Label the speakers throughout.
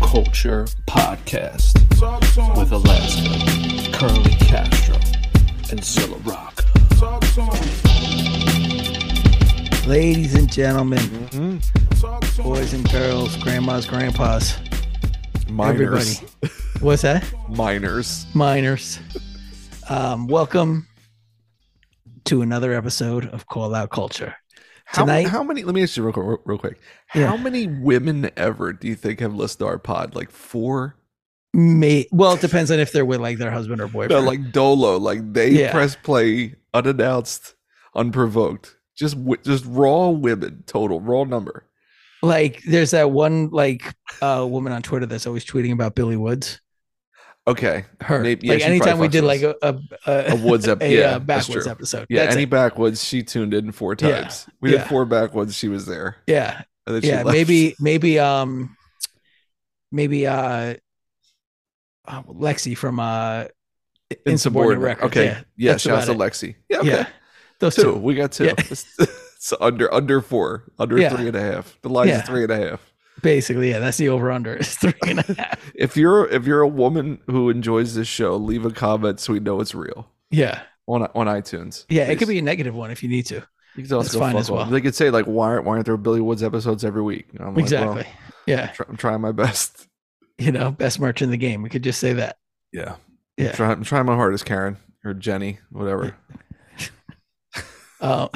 Speaker 1: Culture Podcast with Alaska, Curly Castro, and Zilla Rock.
Speaker 2: Ladies and gentlemen, boys and girls, grandmas, grandpas,
Speaker 3: Miners.
Speaker 2: what's that?
Speaker 3: Miners.
Speaker 2: Minors. Um, welcome to another episode of Call Out Culture.
Speaker 3: How,
Speaker 2: Tonight-
Speaker 3: how many? Let me ask you real quick. Real quick.
Speaker 2: Yeah.
Speaker 3: How many women ever do you think have listened to our pod? Like four.
Speaker 2: May well, it depends on if they're with like their husband or
Speaker 3: No,
Speaker 2: boyfriend.
Speaker 3: like Dolo. Like they
Speaker 2: Yeah.
Speaker 3: press play unannounced, unprovoked. Just wi- just raw women total raw number.
Speaker 2: Like, there's that one like uh, woman on Twitter that's always tweeting about Billy Woods.
Speaker 3: Okay,
Speaker 2: Her
Speaker 3: Maybe- yeah,
Speaker 2: like
Speaker 3: she
Speaker 2: anytime we
Speaker 3: probably
Speaker 2: did like
Speaker 3: fucks
Speaker 2: a a,
Speaker 3: a
Speaker 2: a,
Speaker 3: woods up.
Speaker 2: a,
Speaker 3: yeah,
Speaker 2: uh,
Speaker 3: that's
Speaker 2: backwards
Speaker 3: true.
Speaker 2: episode.
Speaker 3: Yeah,
Speaker 2: that's
Speaker 3: any
Speaker 2: it.
Speaker 3: backwoods. She tuned in four
Speaker 2: Yeah,
Speaker 3: times. We
Speaker 2: yeah.
Speaker 3: did four backwoods. She was there.
Speaker 2: yeah.
Speaker 3: And then she
Speaker 2: yeah
Speaker 3: left.
Speaker 2: maybe maybe um maybe uh uh, lexi from uh
Speaker 3: insubordinate.
Speaker 2: Records,
Speaker 3: Okay,
Speaker 2: yeah,
Speaker 3: yeah.
Speaker 2: that's
Speaker 3: shouts to
Speaker 2: about
Speaker 3: Lexi. Yeah. Okay.
Speaker 2: yeah those
Speaker 3: two.
Speaker 2: two,
Speaker 3: We got two.
Speaker 2: Yeah.
Speaker 3: It's, it's under under four, under
Speaker 2: Yeah.
Speaker 3: three and a half. The line's
Speaker 2: Yeah.
Speaker 3: three and a half.
Speaker 2: basically yeah that's the over under is three and a half
Speaker 3: If you're if you're a woman who enjoys this show, leave a comment so we know it's real
Speaker 2: yeah
Speaker 3: on on iTunes.
Speaker 2: yeah it could
Speaker 3: please.
Speaker 2: be a negative one if you need to
Speaker 3: You could also
Speaker 2: that's
Speaker 3: go
Speaker 2: fine
Speaker 3: fuck
Speaker 2: as
Speaker 3: off.
Speaker 2: well.
Speaker 3: They could say like, why aren't why aren't there Billy Woods episodes every week? And I'm like,
Speaker 2: exactly
Speaker 3: well,
Speaker 2: yeah
Speaker 3: try- I'm trying my best.
Speaker 2: you know best merch in the game we could just say that
Speaker 3: Yeah.
Speaker 2: Yeah.
Speaker 3: Try, I'm trying my hardest, Karen or Jenny, whatever.
Speaker 2: uh,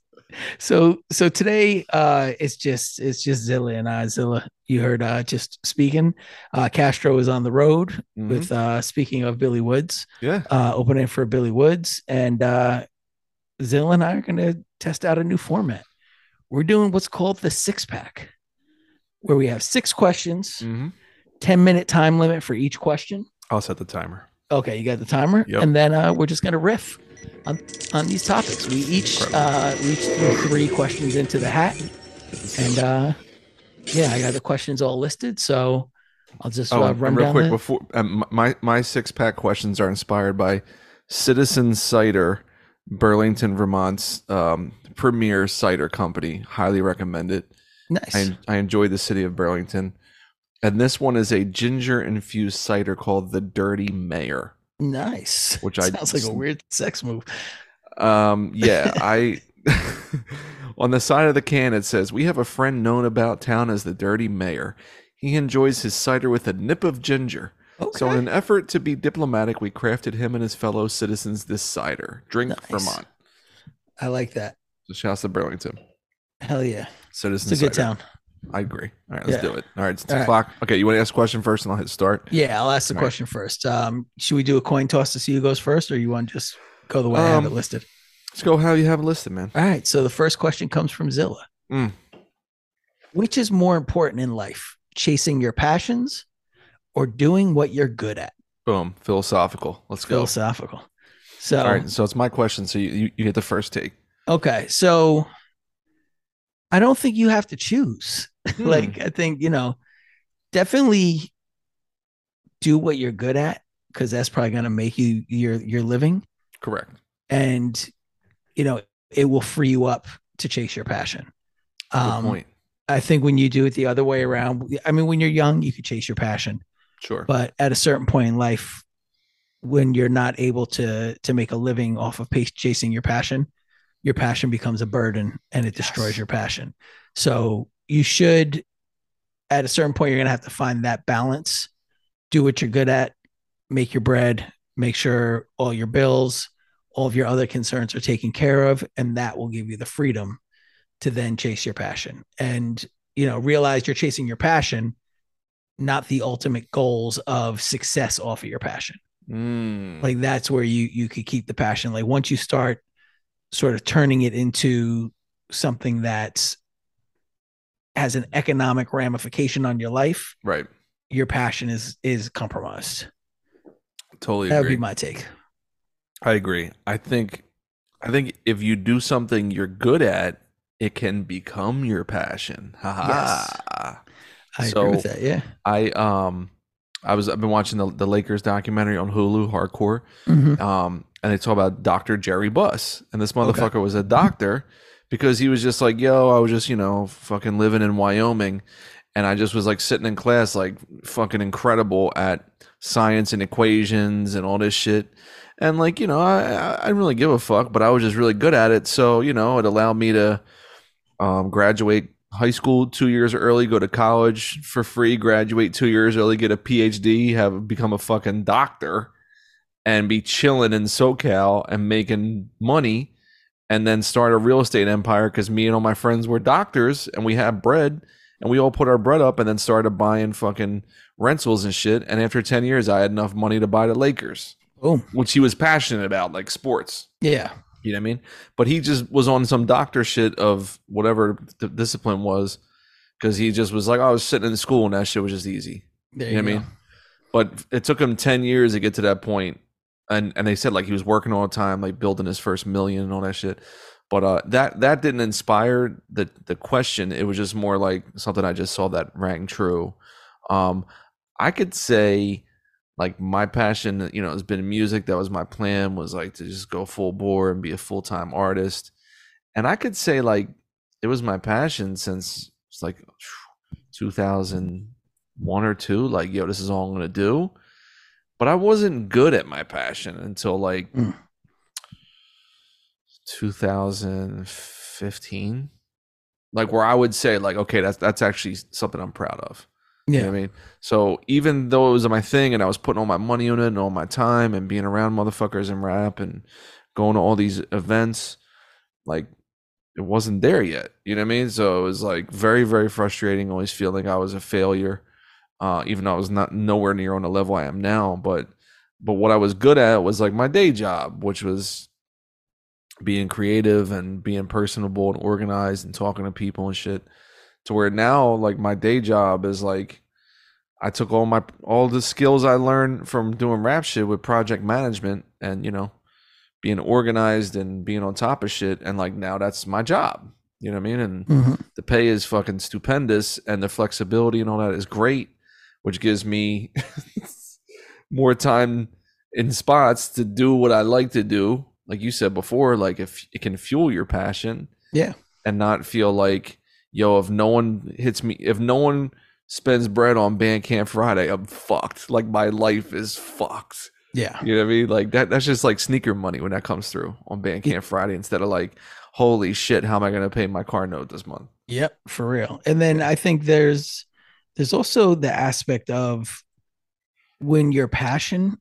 Speaker 2: so so today uh it's just it's just zilla and i zilla you heard uh just speaking uh castro is on the road
Speaker 3: Mhm.
Speaker 2: with uh speaking of billy woods
Speaker 3: yeah.
Speaker 2: uh, opening for Billy Woods, and uh, Zill and I are going to test out a new format. We're doing what's called the six pack, where we have six questions,
Speaker 3: Mhm.
Speaker 2: ten minute time limit for each question.
Speaker 3: I'll set the timer.
Speaker 2: Okay, you got the timer,
Speaker 3: Yep.
Speaker 2: and then uh, we're just going to riff on on these topics. We each uh, we each threw three questions into the hat, and uh, yeah, I got the questions all listed, so. I'll just
Speaker 3: Oh,
Speaker 2: uh,
Speaker 3: and-
Speaker 2: run
Speaker 3: and real
Speaker 2: down
Speaker 3: quick
Speaker 2: the-
Speaker 3: before um, my my six pack questions are inspired by Citizen Cider, Burlington, Vermont's um, premier cider company. Highly recommend it.
Speaker 2: nice.
Speaker 3: I I enjoy the city of Burlington, and this one is a ginger infused cider called the Dirty Mayor.
Speaker 2: Nice.
Speaker 3: Which I
Speaker 2: sounds like a
Speaker 3: just-
Speaker 2: weird sex move.
Speaker 3: Um, yeah, I on the side of the can it says, "We have a friend known about town as the Dirty Mayor. He enjoys his cider with a nip of ginger."
Speaker 2: Okay.
Speaker 3: So, in an effort to be diplomatic, we crafted him and his fellow citizens this cider. Drink
Speaker 2: Nice.
Speaker 3: Vermont.
Speaker 2: I like that.
Speaker 3: So shouts to Burlington.
Speaker 2: Hell yeah.
Speaker 3: Citizens.
Speaker 2: It's a good
Speaker 3: cider.
Speaker 2: town.
Speaker 3: I agree. All right, let's
Speaker 2: Yeah.
Speaker 3: do it. All right, it's
Speaker 2: All
Speaker 3: two
Speaker 2: right.
Speaker 3: o'clock. Okay, you want to ask a question first and I'll hit start?
Speaker 2: Yeah, I'll ask the
Speaker 3: Right.
Speaker 2: question first. Um, should we do a coin toss to see who goes first, or you want to just go the way I have it
Speaker 3: Um,
Speaker 2: listed?
Speaker 3: Let's go how you have it listed, man.
Speaker 2: All right. So the first question comes from Zilla.
Speaker 3: Mm.
Speaker 2: Which is more important in life, chasing your passions or doing what you're good at?
Speaker 3: Boom. Philosophical. Let's go.
Speaker 2: Philosophical. So,
Speaker 3: All right, so it's my question. So you, you, you get the first take.
Speaker 2: okay. So I don't think you have to choose.
Speaker 3: Hmm.
Speaker 2: like i think you know definitely do what you're good at because that's probably going to make you your your living
Speaker 3: correct.
Speaker 2: and you know it will free you up to chase your passion
Speaker 3: Good
Speaker 2: um
Speaker 3: point.
Speaker 2: i think when you do it the other way around i mean when you're young you could chase your passion
Speaker 3: Sure.
Speaker 2: but at a certain point in life when you're not able to to make a living off of pa- chasing your passion your passion becomes a burden and it destroys
Speaker 3: Yes.
Speaker 2: your passion so you should at a certain point you're going to have to find that balance do what you're good at make your bread make sure all your bills all of your other concerns are taken care of and that will give you the freedom to then chase your passion and you know realize you're chasing your passion not the ultimate goals of success off of your passion
Speaker 3: Mm.
Speaker 2: like that's where you you could keep the passion like once you start sort of turning it into something that has an economic ramification on your life
Speaker 3: right.
Speaker 2: your passion is is compromised
Speaker 3: Totally
Speaker 2: that would be
Speaker 3: agree.
Speaker 2: my take
Speaker 3: I agree. I think I think if you do something you're good at, it can become your passion. Ha ha. ha.
Speaker 2: i
Speaker 3: So-
Speaker 2: agree with that yeah
Speaker 3: I um I was I've been watching the, the Lakers documentary on Hulu Hardcore.
Speaker 2: Mhm.
Speaker 3: Um and they talk about Dr. Jerry Buss. And this
Speaker 2: Okay.
Speaker 3: motherfucker was a doctor because he was just like, yo, I was just, you know, fucking living in Wyoming and I just was like sitting in class, like fucking incredible at science and equations and all this shit. And like, you know, I, I I didn't really give a fuck, but I was just really good at it. So, you know, it allowed me to um, graduate high school two years early, go to college for free, graduate two years early, get a PhD, have become a fucking doctor, and be chilling in SoCal and making money, and then start a real estate empire because me and all my friends were doctors and we had bread and we all put our bread up and then started buying fucking rentals and shit. And after 10 years, I had enough money to buy the Lakers,
Speaker 2: Boom.
Speaker 3: which he was passionate about, like sports.
Speaker 2: Yeah.
Speaker 3: You know what I mean? But he just was on some doctor shit of whatever the discipline was because he just was like, "Oh, I was sitting in school and that shit was just easy.
Speaker 2: There
Speaker 3: You know what I mean? But it took him 10 years to get to that point. And and they said like he was working all the time, like building his first million and all that shit. But uh, that that didn't inspire the the question. It was just more like something I just saw that rang true. Um, I could say like my passion, you know, has been music. That was my plan was like to just go full bore and be a full time artist. And I could say like it was my passion since it's like 2000 one or two, like, yo, this is all I'm gonna do. But I wasn't good at my passion until like
Speaker 2: Mm.
Speaker 3: 2015. Like where I would say, like, okay, that's that's actually something I'm proud of. You know
Speaker 2: Yeah.
Speaker 3: what I mean? So even though it was my thing and I was putting all my money on it and all my time and being around motherfuckers and rap and going to all these events, like it wasn't there yet. You know what I mean? So it was like very, very frustrating, always feeling I was a failure. Uh, even though I was not nowhere near on the level I am now. But but what I was good at was like my day job, which was being creative and being personable and organized and talking to people and shit. To where now, like my day job is like I took all my all the skills I learned from doing rap shit with project management and you know being organized and being on top of shit and like now that's my job. You know what I mean? And
Speaker 2: Mhm.
Speaker 3: the pay is fucking stupendous and the flexibility and all that is great which gives me more time in spots to do what i like to do like you said before like if it can fuel your passion
Speaker 2: Yeah.
Speaker 3: and not feel like yo if no one hits me if no one spends bread on bandcamp friday i'm fucked like my life is fucked
Speaker 2: Yeah.
Speaker 3: you know what I mean? Like that that's just like sneaker money when that comes through on Bandcamp Friday instead of like, holy shit, how am I gonna pay my car note this month?
Speaker 2: Yep, for real. And then I think there's there's also the aspect of when your passion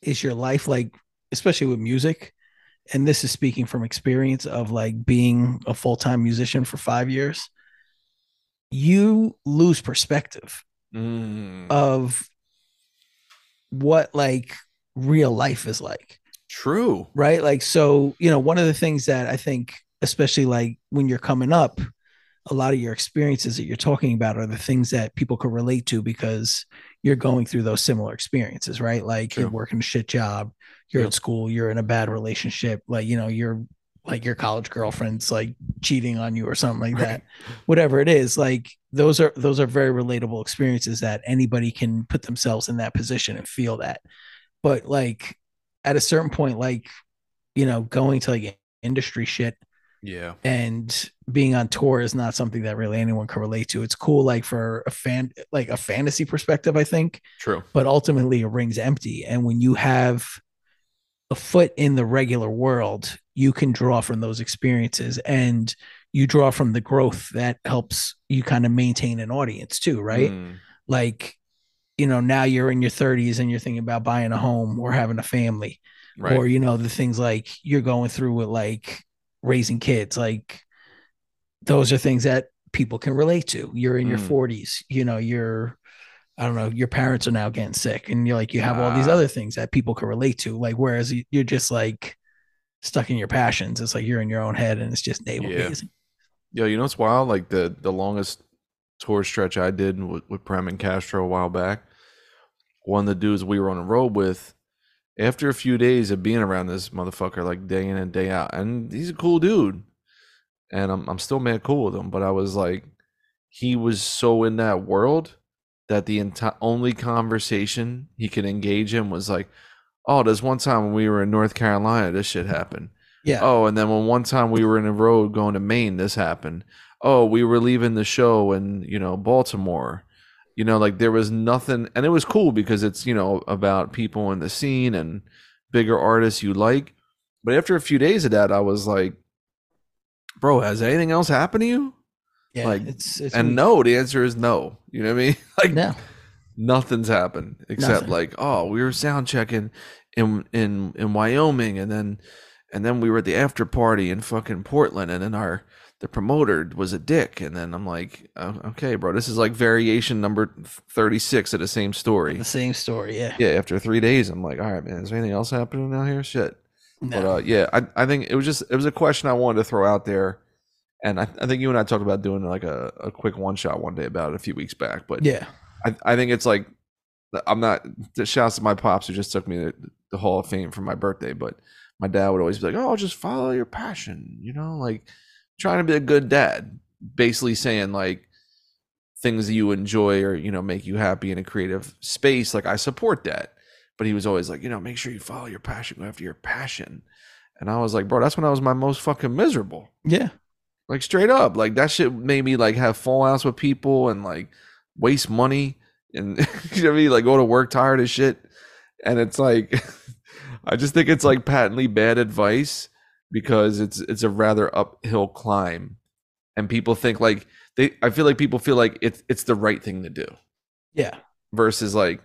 Speaker 2: is your life, like especially with music, and this is speaking from experience of like being a full time musician for five years, you lose perspective
Speaker 3: Mm,
Speaker 2: Uh, of what like real life is like
Speaker 3: true.
Speaker 2: right like so you know one of the things that i think especially like when you're coming up a lot of your experiences that you're talking about are the things that people could relate to because you're going through those similar experiences right like you're
Speaker 3: True.
Speaker 2: working a shit job you're
Speaker 3: Yeah.
Speaker 2: at school you're in a bad relationship like you know you're like your college girlfriend's like cheating on you or something like that whatever it is like those are those are very relatable experiences that anybody can put themselves in that position and feel that but like at a certain point like you know going to like industry shit
Speaker 3: Yeah.
Speaker 2: and being on tour is not something that really anyone can relate to it's cool like for a fan like a fantasy perspective i think
Speaker 3: True.
Speaker 2: but ultimately it rings empty and when you have a foot in the regular world you can draw from those experiences and you draw from the growth that helps you kind of maintain an audience too right
Speaker 3: Mm,
Speaker 2: like you know now you're in your 30s and you're thinking about buying a home or having a family
Speaker 3: right.
Speaker 2: or you know the things like you're going through with like raising kids like those are things that people can relate to you're in your
Speaker 3: Mm.
Speaker 2: 40s you know you're i don't know your parents are now getting sick and you're like you have all these
Speaker 3: Ah.
Speaker 2: other things that people can relate to like whereas y- you're just like stuck in your passions it's like you're in your own head and it's just navel
Speaker 3: Yeah.
Speaker 2: gazing
Speaker 3: Yo, you know what's wild? Like the the longest tour stretch I did with, with Prem and Castro a while back. One of the dudes we were on the road with, after a few days of being around this motherfucker, like day in and day out, and he's a cool dude, and I'm I'm still mad cool with him. But I was like, he was so in that world that the entire only conversation he could engage in was like, oh, there's one time when we were in North Carolina, this shit happened.
Speaker 2: yeah
Speaker 3: Oh, and then when one time we were in a road going to Maine, this happened. oh, we were leaving the show in, you know, Baltimore. You know, like there was nothing and it was cool because it's, you know, about people in the scene and bigger artists you like. But after a few days of that, I was like, Bro, has anything else happened to you?
Speaker 2: Yeah,
Speaker 3: Like,
Speaker 2: it's, it's
Speaker 3: And
Speaker 2: weak.
Speaker 3: no, the answer is no. You know what I mean? Like
Speaker 2: no.
Speaker 3: nothing's happened except
Speaker 2: Nothing.
Speaker 3: like oh we were sound checking in in in Wyoming and then and then we were at the after party in fucking Portland and then our the promoter was a dick and then I'm like oh, okay bro this is like variation number 36 of the same story
Speaker 2: the same story. Yeah,
Speaker 3: yeah after 3 days I'm like all right man is there anything else happening out here shit but
Speaker 2: no.
Speaker 3: uh, yeah, I, I think it was just it was a question I wanted to throw out there, and I, I think you and I talked about doing like a, a quick one shot one day about it a few weeks back. But
Speaker 2: yeah,
Speaker 3: I, I think it's like I'm not. the Shouts to my pops who just took me to the Hall of Fame for my birthday, but my dad would always be like, "Oh, just follow your passion," you know, like trying to be a good dad, basically saying like things that you enjoy or you know make you happy in a creative space. Like I support that, but he was always like, you know, make sure you follow your passion, go after your passion. And I was like, bro, that's when I was my most fucking miserable
Speaker 2: yeah,
Speaker 3: like straight up like that shit made me like have fallouts with people and like waste money and you know what I mean? like go to work tired as shit and it's like i just think it's like patently bad advice because it's it's a rather uphill climb and people think like they i feel like people feel like it's it's the right thing to do
Speaker 2: yeah,
Speaker 3: versus like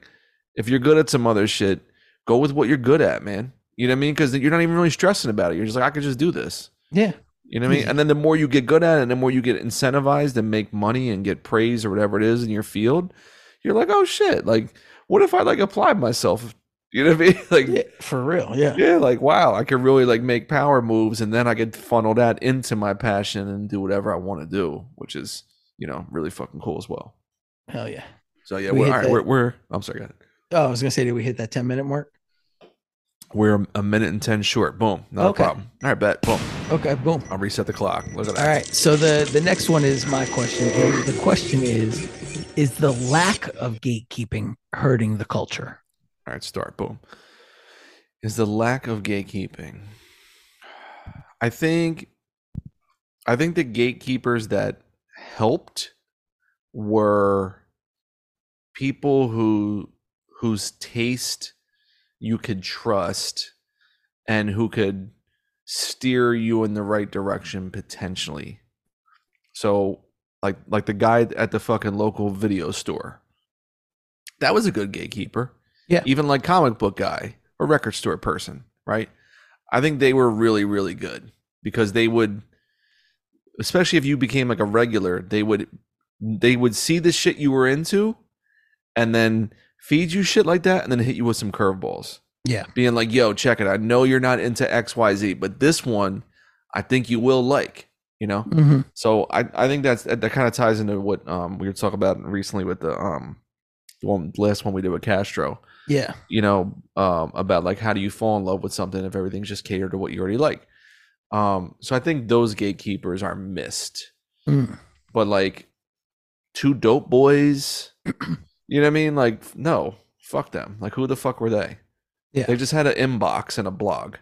Speaker 3: if you're good at some other shit go with what you're good at man you know what i mean because you're not even really stressing about it you're just like i could just do this
Speaker 2: yeah,
Speaker 3: you know what I mean?
Speaker 2: Yeah.
Speaker 3: And then the more you get good at it, and the more you get incentivized and make money and get praise or whatever it is in your field, you're like, oh shit, like what if I like applied myself? You know what I mean? Like
Speaker 2: yeah, for real. Yeah,
Speaker 3: yeah, like wow, I could really like make power moves and then I could funnel that into my passion and do whatever I want to do, which is, you know, really fucking cool as well.
Speaker 2: hell yeah.
Speaker 3: So yeah,
Speaker 2: We
Speaker 3: we are
Speaker 2: hit
Speaker 3: all right,
Speaker 2: that-
Speaker 3: we're we're I'm sorry, go ahead.
Speaker 2: Oh, I was gonna say, did we hit that ten minute mark?
Speaker 3: We're a minute and ten short. Boom. Not
Speaker 2: Okay.
Speaker 3: a problem. All right, bet. Boom.
Speaker 2: Okay, boom.
Speaker 3: I'll reset the clock. Look at that.
Speaker 2: All right. So the the next one is my question. And the question is, is the lack of gatekeeping hurting the culture?
Speaker 3: All right, start. Boom. Is the lack of gatekeeping. I think I think the gatekeepers that helped were people who whose taste you could trust and who could steer you in the right direction potentially. So like like the guy at the fucking local video store. That was a good gatekeeper even like comic book guy or record store person, right? I think they were really, really good because they would, especially if you became like a regular, they would, they would see the shit you were into, and then feed you shit like that, and then hit you with some curveballs.
Speaker 2: Yeah.
Speaker 3: being like, "Yo, check it. I know you're not into X, Y, Z, but this one, I think you will like." You know,
Speaker 2: Mm-hmm.
Speaker 3: so I, I think that's that kind of ties into what um we were talking about recently with the um the one last one we did with Castro
Speaker 2: Yeah.
Speaker 3: you know, um, about like how do you fall in love with something if everything's just catered to what you already like. Um, so I think those gatekeepers are missed,
Speaker 2: Mm.
Speaker 3: but like two dope boys, you know what I mean? Like, no, fuck them. Like, who the fuck were they?
Speaker 2: Yeah.
Speaker 3: They just had an inbox and a blog.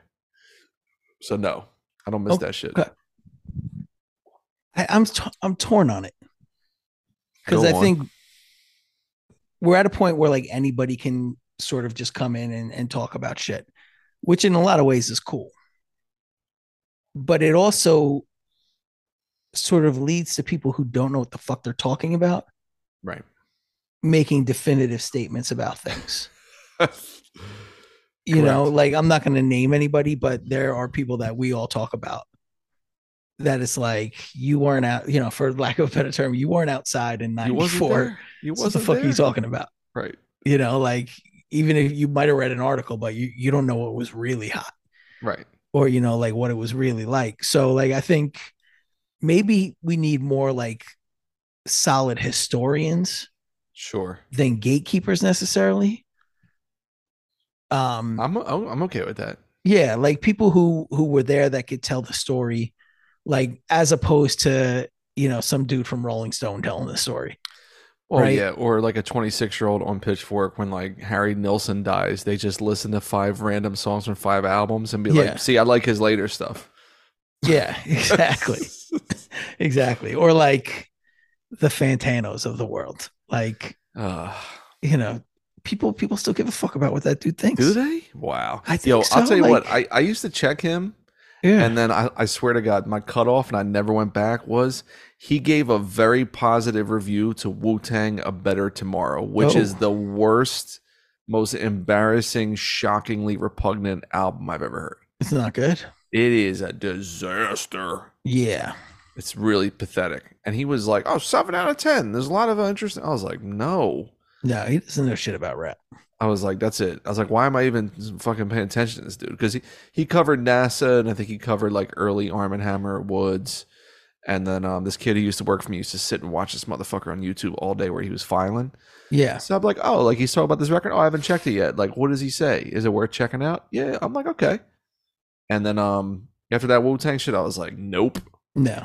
Speaker 3: So no, I don't miss
Speaker 2: Okay.
Speaker 3: that shit.
Speaker 2: Go I, I'm t- I'm torn on it because
Speaker 3: Go
Speaker 2: I
Speaker 3: on.
Speaker 2: think we're at a point where like anybody can sort of just come in and, and talk about shit, which in a lot of ways is cool. But it also sort of leads to people who don't know what the fuck they're talking about
Speaker 3: right.
Speaker 2: making definitive statements about things. you know
Speaker 3: Correct.
Speaker 2: like i'm not going to name anybody but there are people that we all talk about that it's like you weren't out you know for lack of a better term you weren't outside in
Speaker 3: you wasn't
Speaker 2: 94
Speaker 3: there. You
Speaker 2: what the
Speaker 3: wasn't
Speaker 2: fuck are you
Speaker 3: there.
Speaker 2: talking about
Speaker 3: Right.
Speaker 2: you know like even if you might have read an article but you you don't know what was really hot
Speaker 3: Right.
Speaker 2: or you know like what it was really like so like i think maybe we need more like solid historians
Speaker 3: Sure.
Speaker 2: than gatekeepers necessarily um
Speaker 3: I'm I'm I'm okay with that.
Speaker 2: yeah like people who who were there that could tell the story like as opposed to you know some dude from rolling stone telling the story
Speaker 3: Well,
Speaker 2: right?
Speaker 3: Oh, yeah, or like a 26 year old on Pitchfork when like Harry Nilsson dies, they just listen to five random songs from five albums and be
Speaker 2: Yeah.
Speaker 3: like, "See, I like his later stuff."
Speaker 2: yeah exactly exactly. Or like the Fantanos of the world. Like,
Speaker 3: Uh,
Speaker 2: you know, people people still give a fuck about what that dude thinks.
Speaker 3: do they? Wow.
Speaker 2: I think
Speaker 3: Yo, I'll
Speaker 2: so,
Speaker 3: tell you what. I,
Speaker 2: like-
Speaker 3: I used to check him,
Speaker 2: Yeah.
Speaker 3: and then I, I swear to God, my cutoff, and I never went back. Was he gave a very positive review to Wu Tang, "A Better Tomorrow," which
Speaker 2: Oh.
Speaker 3: is the worst, most embarrassing, shockingly repugnant album I've ever heard.
Speaker 2: it's not good.
Speaker 3: It is a disaster.
Speaker 2: Yeah.
Speaker 3: It's really pathetic. And he was like, "Oh, seven out of ten. There's a lot of interesting." I was like, "No."
Speaker 2: No, he doesn't know shit about rap.
Speaker 3: I was like, "That's it." I was like, "Why am I even fucking paying attention to this dude?" Because he he covered NASA, and I think he covered like early Arm and Hammer Woods, and then um, this kid who used to work for me used to sit and watch this motherfucker on YouTube all day where he was filing.
Speaker 2: Yeah.
Speaker 3: So I'm like, "Oh, like he's talking about this record. Oh, I haven't checked it yet. Like, what does he say? Is it worth checking out?" Yeah, I'm like, "Okay." And then um after that Wu Tang shit, I was like, "Nope."
Speaker 2: No.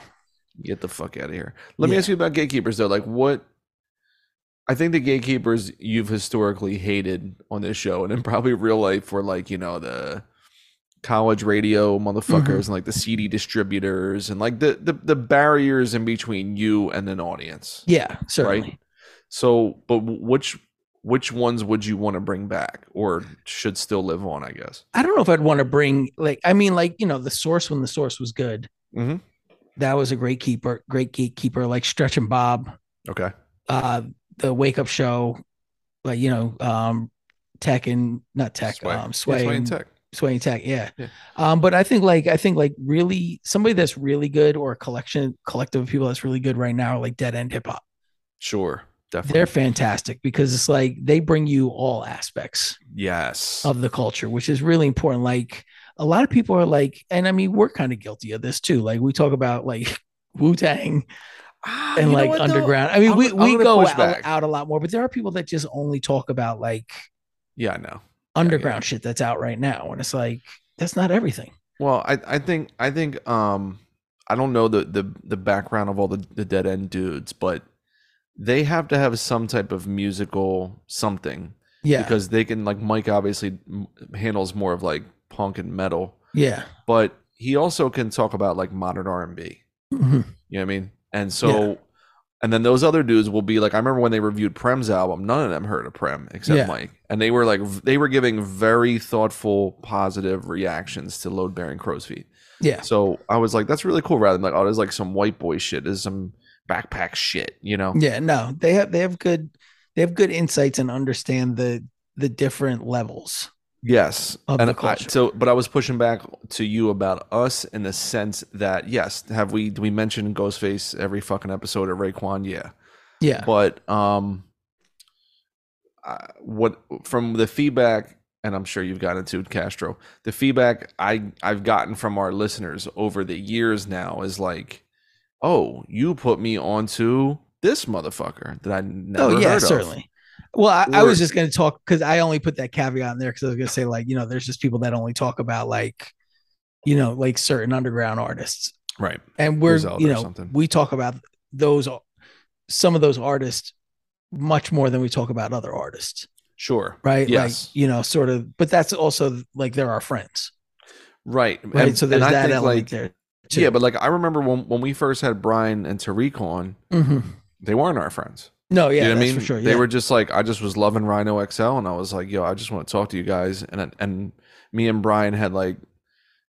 Speaker 3: get the fuck out of here. Let me
Speaker 2: Yeah.
Speaker 3: ask you about gatekeepers though. Like what I think the gatekeepers you've historically hated on this show and in probably real life were like, you know, the college radio motherfuckers
Speaker 2: Mm-hmm.
Speaker 3: and like the CD distributors and like the, the the barriers in between you and an audience.
Speaker 2: Yeah, certainly.
Speaker 3: So, but which which ones would you want to bring back or should still live on, I guess?
Speaker 2: I don't know if I'd want to bring like I mean like you know the source when the source was good.
Speaker 3: Mhm.
Speaker 2: That was a great keeper, great gatekeeper like Stretch and Bob,
Speaker 3: Okay.
Speaker 2: uh the Wake Up Show, like you know um Tech and not Tech,
Speaker 3: Sway.
Speaker 2: um
Speaker 3: Yeah,
Speaker 2: Sway,
Speaker 3: Sway and
Speaker 2: and-
Speaker 3: Tech.
Speaker 2: Sway and Tech, yeah.
Speaker 3: Yeah.
Speaker 2: Um but I think like I think like really somebody that's really good or a collection collective of people that's really good right now are like Dead End Hip Hop.
Speaker 3: Sure. Definitely.
Speaker 2: They're fantastic because it's like they bring you all aspects.
Speaker 3: yes.
Speaker 2: of the culture, which is really important. Like a lot of people are like, and I mean, we're kind of guilty of this too. Like we talk about like Wu Tang
Speaker 3: Ah,
Speaker 2: and
Speaker 3: you know
Speaker 2: like
Speaker 3: what, though?
Speaker 2: underground. I mean,
Speaker 3: I'm
Speaker 2: we,
Speaker 3: gonna- I'm
Speaker 2: we
Speaker 3: gonna
Speaker 2: go
Speaker 3: push
Speaker 2: out,
Speaker 3: back.
Speaker 2: out a lot more, but there are people that just only talk about like
Speaker 3: Yeah, I know.
Speaker 2: underground shit that's out right now. And it's like, that's not everything.
Speaker 3: Well, I, I think I think um I don't know the the, the background of all the, the dead end dudes, but they have to have some type of musical something
Speaker 2: Yeah.
Speaker 3: because they can like Mike obviously m- handles more of like punk and metal,
Speaker 2: yeah.
Speaker 3: but he also can talk about like modern R and B.
Speaker 2: Mhm.
Speaker 3: You know what I mean? And so, and then those other dudes will be like, I remember when they reviewed Prem's album, none of them heard of Prem except
Speaker 2: Yeah.
Speaker 3: Mike. And they were like, v- they were giving very thoughtful, positive reactions to Load Bearing Crow's Feet.
Speaker 2: Yeah.
Speaker 3: So I was like, that's really cool. Rather than like, oh, there's like some white boy shit, there's some backpack shit, you know?
Speaker 2: Yeah. No, they have, they have good, they have good insights and understand the, the different levels.
Speaker 3: Yes.
Speaker 2: Of
Speaker 3: and
Speaker 2: the
Speaker 3: I,
Speaker 2: culture.
Speaker 3: so, but I was pushing back to you about us in the sense that, yes, have we, do we mention Ghostface every fucking episode of Raekwon? Yeah.
Speaker 2: Yeah.
Speaker 3: but um I- what from the feedback and i'm sure you've gotten to it, castro the feedback i i've gotten from our listeners over the years now is like oh you put me onto this motherfucker that i never
Speaker 2: oh yeah,
Speaker 3: heard of."
Speaker 2: certainly. Well, I, I
Speaker 3: Or-
Speaker 2: was just going to talk because I only put that caveat in there because I was going to say like you know there's just people that only talk about like you know like certain underground artists
Speaker 3: right
Speaker 2: and we're
Speaker 3: Griselda
Speaker 2: you
Speaker 3: or
Speaker 2: know
Speaker 3: something.
Speaker 2: we talk about those some of those artists much more than we talk about other artists
Speaker 3: sure
Speaker 2: right
Speaker 3: yes
Speaker 2: like you know sort of but that's also like they're our friends
Speaker 3: right
Speaker 2: right so there's
Speaker 3: I
Speaker 2: that
Speaker 3: think,
Speaker 2: element
Speaker 3: like-
Speaker 2: there
Speaker 3: yeah but like i remember when when we first had brian and tariq on
Speaker 2: Mhm.
Speaker 3: they weren't our friends
Speaker 2: no Oh, yeah
Speaker 3: you know what
Speaker 2: that's
Speaker 3: I mean?
Speaker 2: for sure
Speaker 3: They
Speaker 2: yeah.
Speaker 3: were just like, I just was loving Rhino XL, and I was like, yo, I just want to talk to you guys. And and me and Brian had like,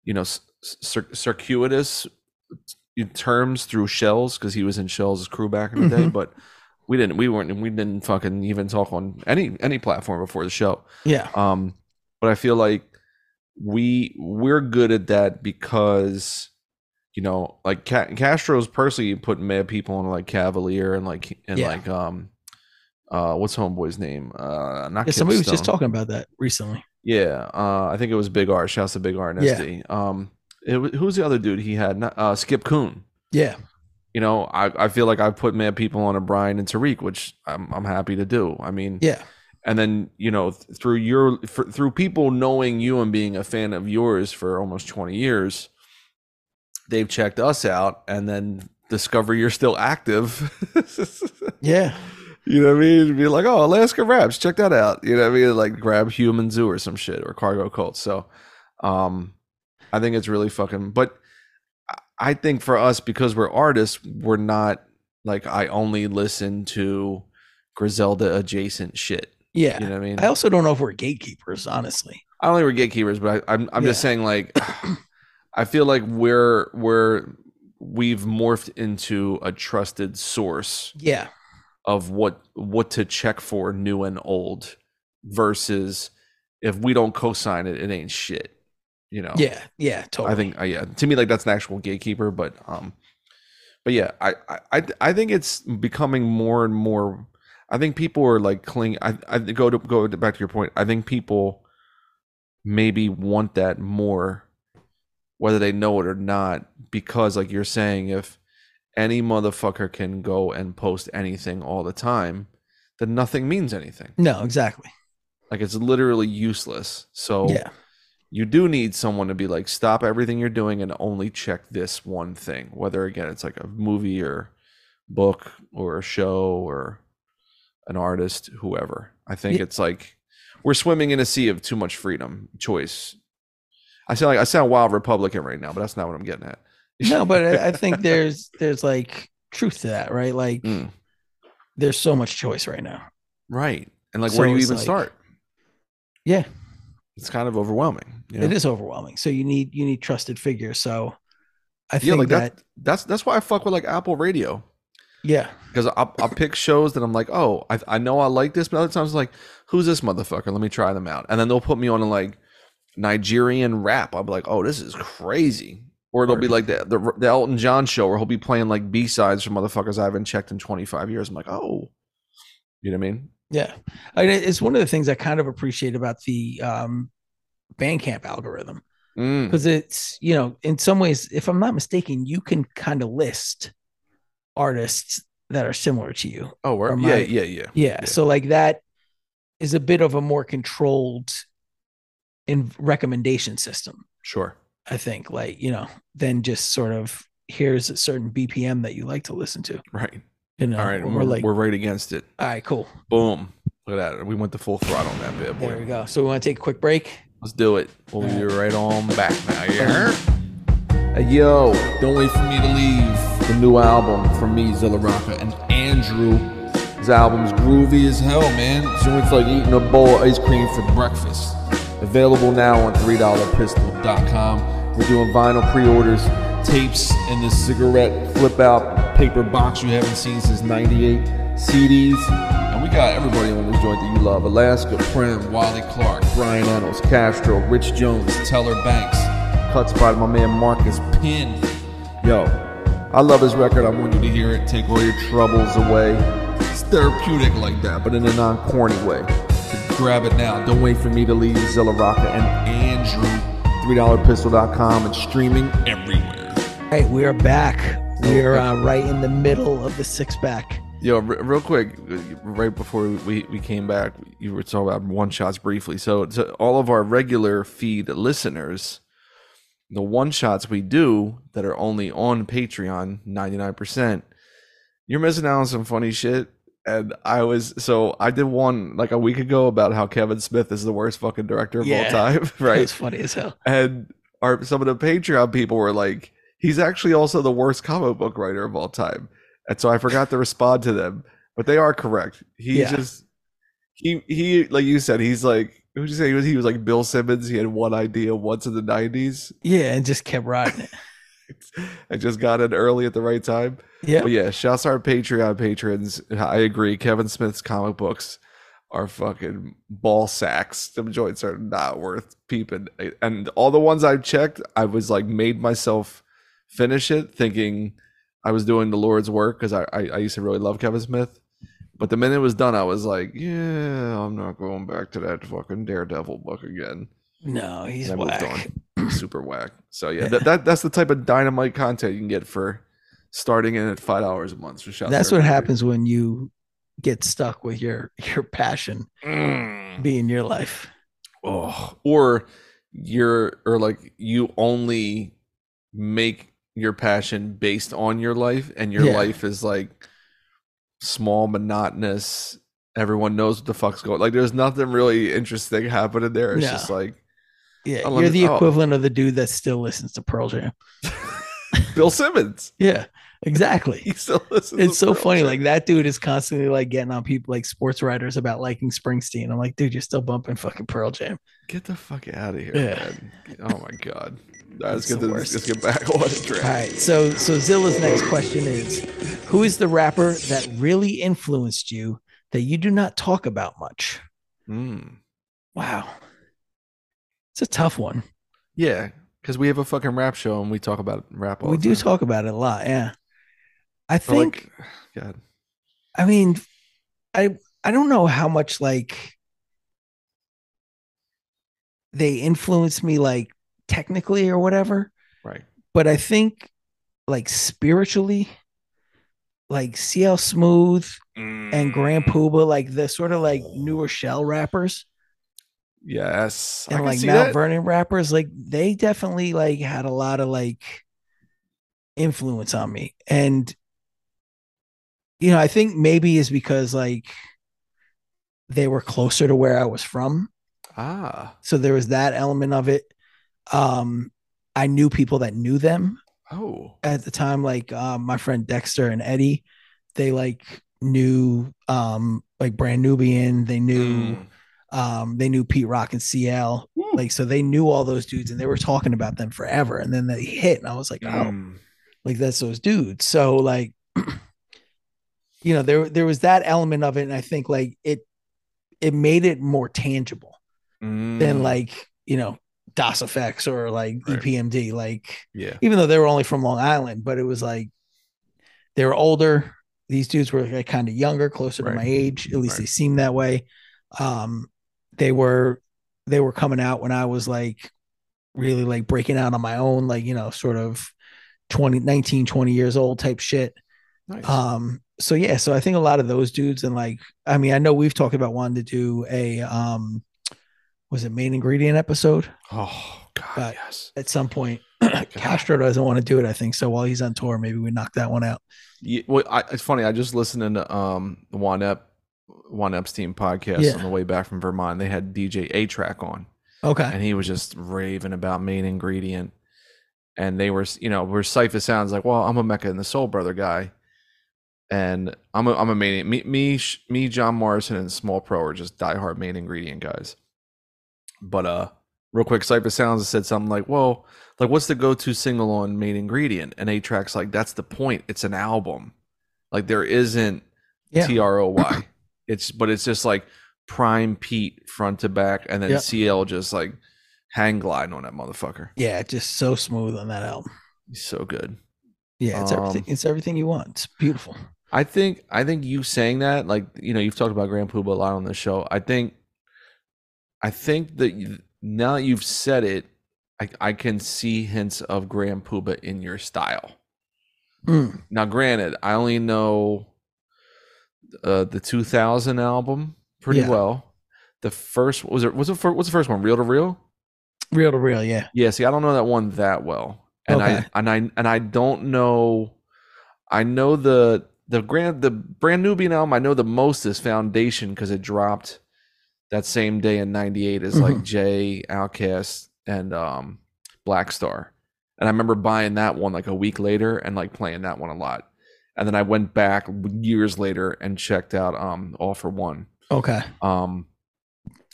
Speaker 3: you know, s- cir- circuitous terms through Shells because he was in Shells' crew back in the day,
Speaker 2: Mhm.
Speaker 3: but we didn't, we weren't, we didn't fucking even talk on any any platform before the show.
Speaker 2: yeah
Speaker 3: Um, but I feel like we we're good at that because you know, like Ca- Castro's personally put mad people on like Cavalier and like and
Speaker 2: Yeah.
Speaker 3: like um, uh, what's homeboy's name? Uh, not
Speaker 2: yeah
Speaker 3: Kip
Speaker 2: somebody was just
Speaker 3: Stone.
Speaker 2: talking about that recently
Speaker 3: Yeah, uh, I think it was Big R. Shouts to Big R and
Speaker 2: Yeah.
Speaker 3: SD. Um, it, wa- who's the other dude he had? Not, uh, Skip Coon.
Speaker 2: yeah
Speaker 3: You know, I, I feel like I've put mad people on a Brian and Tariq, which I'm I'm happy to do. I mean,
Speaker 2: yeah
Speaker 3: and then you know th- through your for, through people knowing you and being a fan of yours for almost 20 years they've checked us out and then discover you're still active
Speaker 2: yeah
Speaker 3: you know what i mean be like oh alaska raps check that out you know what i mean like grab human zoo or some shit or cargo cult so um i think it's really fucking but I- I think for us, because we're artists, we're not like I only listen to Griselda adjacent shit.
Speaker 2: Yeah.
Speaker 3: You know what I mean?
Speaker 2: I also don't know if we're gatekeepers, honestly.
Speaker 3: I don't think we're gatekeepers, but I, I'm I'm just
Speaker 2: Yeah.
Speaker 3: saying like I feel like we're we're we've morphed into a trusted source
Speaker 2: Yeah.
Speaker 3: of what what to check for new and old versus if we don't co-sign it, it ain't shit. You know?
Speaker 2: Yeah. Yeah. Totally.
Speaker 3: Oh. I think uh, yeah. To me, like that's an actual gatekeeper, but um, but yeah, I I I, th- I think it's becoming more and more. I think people are like cling. I I go to go to- back to your point. I think people maybe want that more, whether they know it or not, because like you're saying, if any motherfucker can go and post anything all the time, then nothing means anything.
Speaker 2: No, exactly.
Speaker 3: Like it's literally useless. So
Speaker 2: Yeah.
Speaker 3: you do need someone to be like stop everything you're doing and only check this one thing whether again it's like a movie or book or a show or an artist whoever i think
Speaker 2: Yeah.
Speaker 3: it's like we're swimming in a sea of too much freedom choice i sound like i sound wild republican right now but that's not what i'm getting at
Speaker 2: No, but I, I think there's there's like truth to that, right? Like
Speaker 3: Mm.
Speaker 2: there's so much choice right now.
Speaker 3: right and like
Speaker 2: So
Speaker 3: where do you
Speaker 2: it's
Speaker 3: even
Speaker 2: like-
Speaker 3: start
Speaker 2: Yeah.
Speaker 3: it's kind of overwhelming you know?
Speaker 2: It is overwhelming. So you need you need trusted figures. So I think
Speaker 3: yeah like
Speaker 2: that,
Speaker 3: that, that's that's why i fuck with like apple radio
Speaker 2: yeah.
Speaker 3: because I'll, I'll pick shows that I'm like, oh, I, I know I like this, but other times like, who's this motherfucker? Let me try them out, and then they'll put me on a like Nigerian rap. I'll be like, oh, this is crazy. Or it'll be like the, the the Elton John show where he'll be playing like B sides from motherfuckers I haven't checked in 25 years. I'm like, oh, you know what I mean?
Speaker 2: Yeah. I mean, it's one of the things I kind of appreciate about the um Bandcamp algorithm.
Speaker 3: Mm,
Speaker 2: Because it's, you know, in some ways, if I'm not mistaken, you can kind of list artists that are similar to you.
Speaker 3: Oh, word.
Speaker 2: Or
Speaker 3: yeah,
Speaker 2: my-
Speaker 3: yeah, yeah.
Speaker 2: Yeah.
Speaker 3: Yeah.
Speaker 2: So like that is a bit of a more controlled in recommendation system,
Speaker 3: Sure.
Speaker 2: I think, like, you know, than just sort of here's a certain BPM that you like to listen to.
Speaker 3: Right.
Speaker 2: You know,
Speaker 3: All right.
Speaker 2: and
Speaker 3: We're,
Speaker 2: we're like,
Speaker 3: we're right against it.
Speaker 2: all right, cool.
Speaker 3: Boom. Look at that. We went the full throttle on that bad
Speaker 2: There we
Speaker 3: boy.
Speaker 2: go. So we want to take a quick break.
Speaker 3: Let's do it. We'll be right on back now. Yeah. Hey, yo, don't wait for me to leave. The new album from me, Zilla Rocca, and Andrew. His album's groovy as hell, man. It's almost like eating a bowl of ice cream for breakfast. Available now on $3pistol.com. We're doing vinyl pre orders, tapes, and this cigarette flip out paper box you haven't seen since 98, CDs. And we got everybody on this joint that you love Alaska, Prim, Wally Clark, Brian Reynolds, Castro, Rich Jones, Teller Banks. Cuts by my man Marcus Pin. Yo, I love his record. I want you to hear it. Take all your troubles away. It's therapeutic like that, but in a non corny way. So grab it now. Don't wait for me to leave Zilla Rocca and Andrew. $3pistol.com and streaming everywhere.
Speaker 2: All right, we are back. We are uh, right in the middle of the six pack.
Speaker 3: Yo, r- real quick, right before we, we came back, you were talking about one shots briefly. So, so all of our regular feed listeners, the one shots we do that are only on Patreon, 99%, you're missing out on some funny shit. And I was, so I did one like a week ago about how Kevin Smith is the worst fucking director of all
Speaker 2: Yeah.
Speaker 3: time,
Speaker 2: It
Speaker 3: right?
Speaker 2: was funny as hell.
Speaker 3: and our some of the Patreon people were like, he's actually also the worst comic book writer of all time. And so I forgot to respond to them, but they are correct. He
Speaker 2: Yeah.
Speaker 3: just he he like you said, he's like who'd you say he was? He was like Bill Simmons. He had one idea once in the nineties
Speaker 2: Yeah, and just kept riding it.
Speaker 3: and just got in early at the right time.
Speaker 2: Yeah.
Speaker 3: But yeah, shouts to our Patreon patrons. I agree. Kevin Smith's comic books are fucking ball sacks. Them joints are not worth peeping. And all the ones I've checked, I was like made myself finish it, thinking I was doing the Lord's work because I, I I used to really love Kevin Smith. But the minute it was done, I was like, yeah, I'm not going back to that fucking Daredevil book again.
Speaker 2: No, he's
Speaker 3: I
Speaker 2: whack.
Speaker 3: on. Super whack. So yeah,
Speaker 2: Yeah.
Speaker 3: That, that that's the type of dynamite content you can get for starting in at five dollars a month. So shout
Speaker 2: That's
Speaker 3: out
Speaker 2: what
Speaker 3: to
Speaker 2: happens when you get stuck with your your passion
Speaker 3: everybody. Mm.
Speaker 2: being your life.
Speaker 3: Oh, or you're or like you only make your passion based on your life, and your
Speaker 2: Yeah.
Speaker 3: life is like small, monotonous. Everyone knows what the fuck's going. Like, there's nothing really interesting happening there. It's
Speaker 2: No.
Speaker 3: just like
Speaker 2: Yeah,
Speaker 3: Oh, let
Speaker 2: you're
Speaker 3: me-
Speaker 2: the
Speaker 3: oh.
Speaker 2: equivalent of the dude that still listens to Pearl Jam.
Speaker 3: Bill Simmons.
Speaker 2: Yeah, exactly.
Speaker 3: He still listens.
Speaker 2: It's
Speaker 3: to
Speaker 2: so
Speaker 3: Pearl
Speaker 2: funny.
Speaker 3: Jam.
Speaker 2: Like that dude is constantly like getting on people like sports writers about liking Springsteen. I'm like, dude, you're still bumping fucking Pearl Jam.
Speaker 3: get the fuck out of here.
Speaker 2: Yeah.
Speaker 3: man. Oh my god. All right, let's
Speaker 2: It's
Speaker 3: get
Speaker 2: the
Speaker 3: to,
Speaker 2: worst.
Speaker 3: let's get back on track.
Speaker 2: All right. So so Zilla's next question is, who is the rapper that really influenced you that you do not talk about much?
Speaker 3: Mm.
Speaker 2: Wow. It's a tough one.
Speaker 3: Yeah, because we have a fucking rap show and we talk about rap. All
Speaker 2: we
Speaker 3: the
Speaker 2: do
Speaker 3: time.
Speaker 2: talk about it a lot. Yeah. I
Speaker 3: Or,
Speaker 2: think
Speaker 3: like, God,
Speaker 2: I mean, I I don't know how much like they influence me like technically or whatever,
Speaker 3: right?
Speaker 2: but I think like spiritually, like CL Smooth
Speaker 3: Mm.
Speaker 2: and Grand Pooba, like the sort of like newer shell rappers
Speaker 3: Yes, I
Speaker 2: and
Speaker 3: can
Speaker 2: like
Speaker 3: see
Speaker 2: Mount
Speaker 3: that.
Speaker 2: Vernon rappers, like they definitely like had a lot of like influence on me. And you know, I think maybe is because like they were closer to where I was from.
Speaker 3: ah,
Speaker 2: So there was that element of it. Um I knew people that knew them
Speaker 3: oh,
Speaker 2: at the time, like um, my friend Dexter and Eddie, they like knew um like brand Nubian, they knew
Speaker 3: Mm.
Speaker 2: um, they knew Pete Rock and CL.
Speaker 3: Woo.
Speaker 2: Like, so they knew all those dudes and they were talking about them forever. And then they hit, and I was like, oh,
Speaker 3: Mm.
Speaker 2: like that's those dudes. So, like, you know, there there was that element of it, and I think like it it made it more tangible than
Speaker 3: Mm.
Speaker 2: like, you know, DOS effects or like E
Speaker 3: Right.
Speaker 2: EPMD. Like,
Speaker 3: yeah,
Speaker 2: even though they were only from Long Island, but it was like they were older. These dudes were like kind of younger, closer
Speaker 3: Right.
Speaker 2: to my age. At least
Speaker 3: Right.
Speaker 2: they seemed that way. Um, they were they were coming out when I was like really like breaking out on my own, like you know, sort of 20, 19, 20 years old type shit.
Speaker 3: nice.
Speaker 2: Um, so yeah, so I think a lot of those dudes and like I mean, I know we've talked about wanting to do a um was it main ingredient episode?
Speaker 3: oh god,
Speaker 2: but-
Speaker 3: yes,
Speaker 2: at some point.
Speaker 3: Oh
Speaker 2: Castro doesn't want to do it, I think. So while he's on tour, maybe we knock that one out.
Speaker 3: Yeah, well, I, it's funny. I just listened to um the Juan Ep Juan Epstein podcast
Speaker 2: Yeah.
Speaker 3: on the way back from Vermont. They had DJ A Track on,
Speaker 2: Okay.
Speaker 3: and he was just raving about main ingredient. And they were, you know, where Cypher sounds like, well, I'm a Mecca and the Soul Brother guy, and I'm a I'm a main me me Sh- me John Morrison and Small Pro are just diehard main ingredient guys. But uh, real quick, Cypher sounds said something like, well, like what's the go-to single on main ingredient? And A Track's like, that's the point. It's an album. Like there isn't
Speaker 2: Yeah.
Speaker 3: T R O Y. It's but it's just like prime Pete front to back, and then
Speaker 2: Yeah.
Speaker 3: CL just like hang gliding on that motherfucker.
Speaker 2: Yeah, just so smooth on that album.
Speaker 3: He's so good.
Speaker 2: Yeah, it's
Speaker 3: Um,
Speaker 2: everything. It's everything you want. It's beautiful.
Speaker 3: I think I think you saying that, like you know, you've talked about Grand Poobah a lot on this show. I think, I think that you, now that you've said it, I, I can see hints of Grand Poobah in your style.
Speaker 2: Mm,
Speaker 3: Now, granted, I only know uh, the 2000 album pretty
Speaker 2: Yeah.
Speaker 3: well. The first was it was it fir- what's the first one? Real to Real.
Speaker 2: real to real. Yeah.
Speaker 3: Yeah, see, I don't know that one that well, and
Speaker 2: Okay.
Speaker 3: I and I and I don't know. I know the the grand the brand Nubian album. I know the most is Foundation because it dropped that same day in '98 as like Jay Outkast and um Black Star, and I remember buying that one like a week later and like playing that one a lot. And then I went back years later and checked out um All for One.
Speaker 2: Okay.
Speaker 3: Um,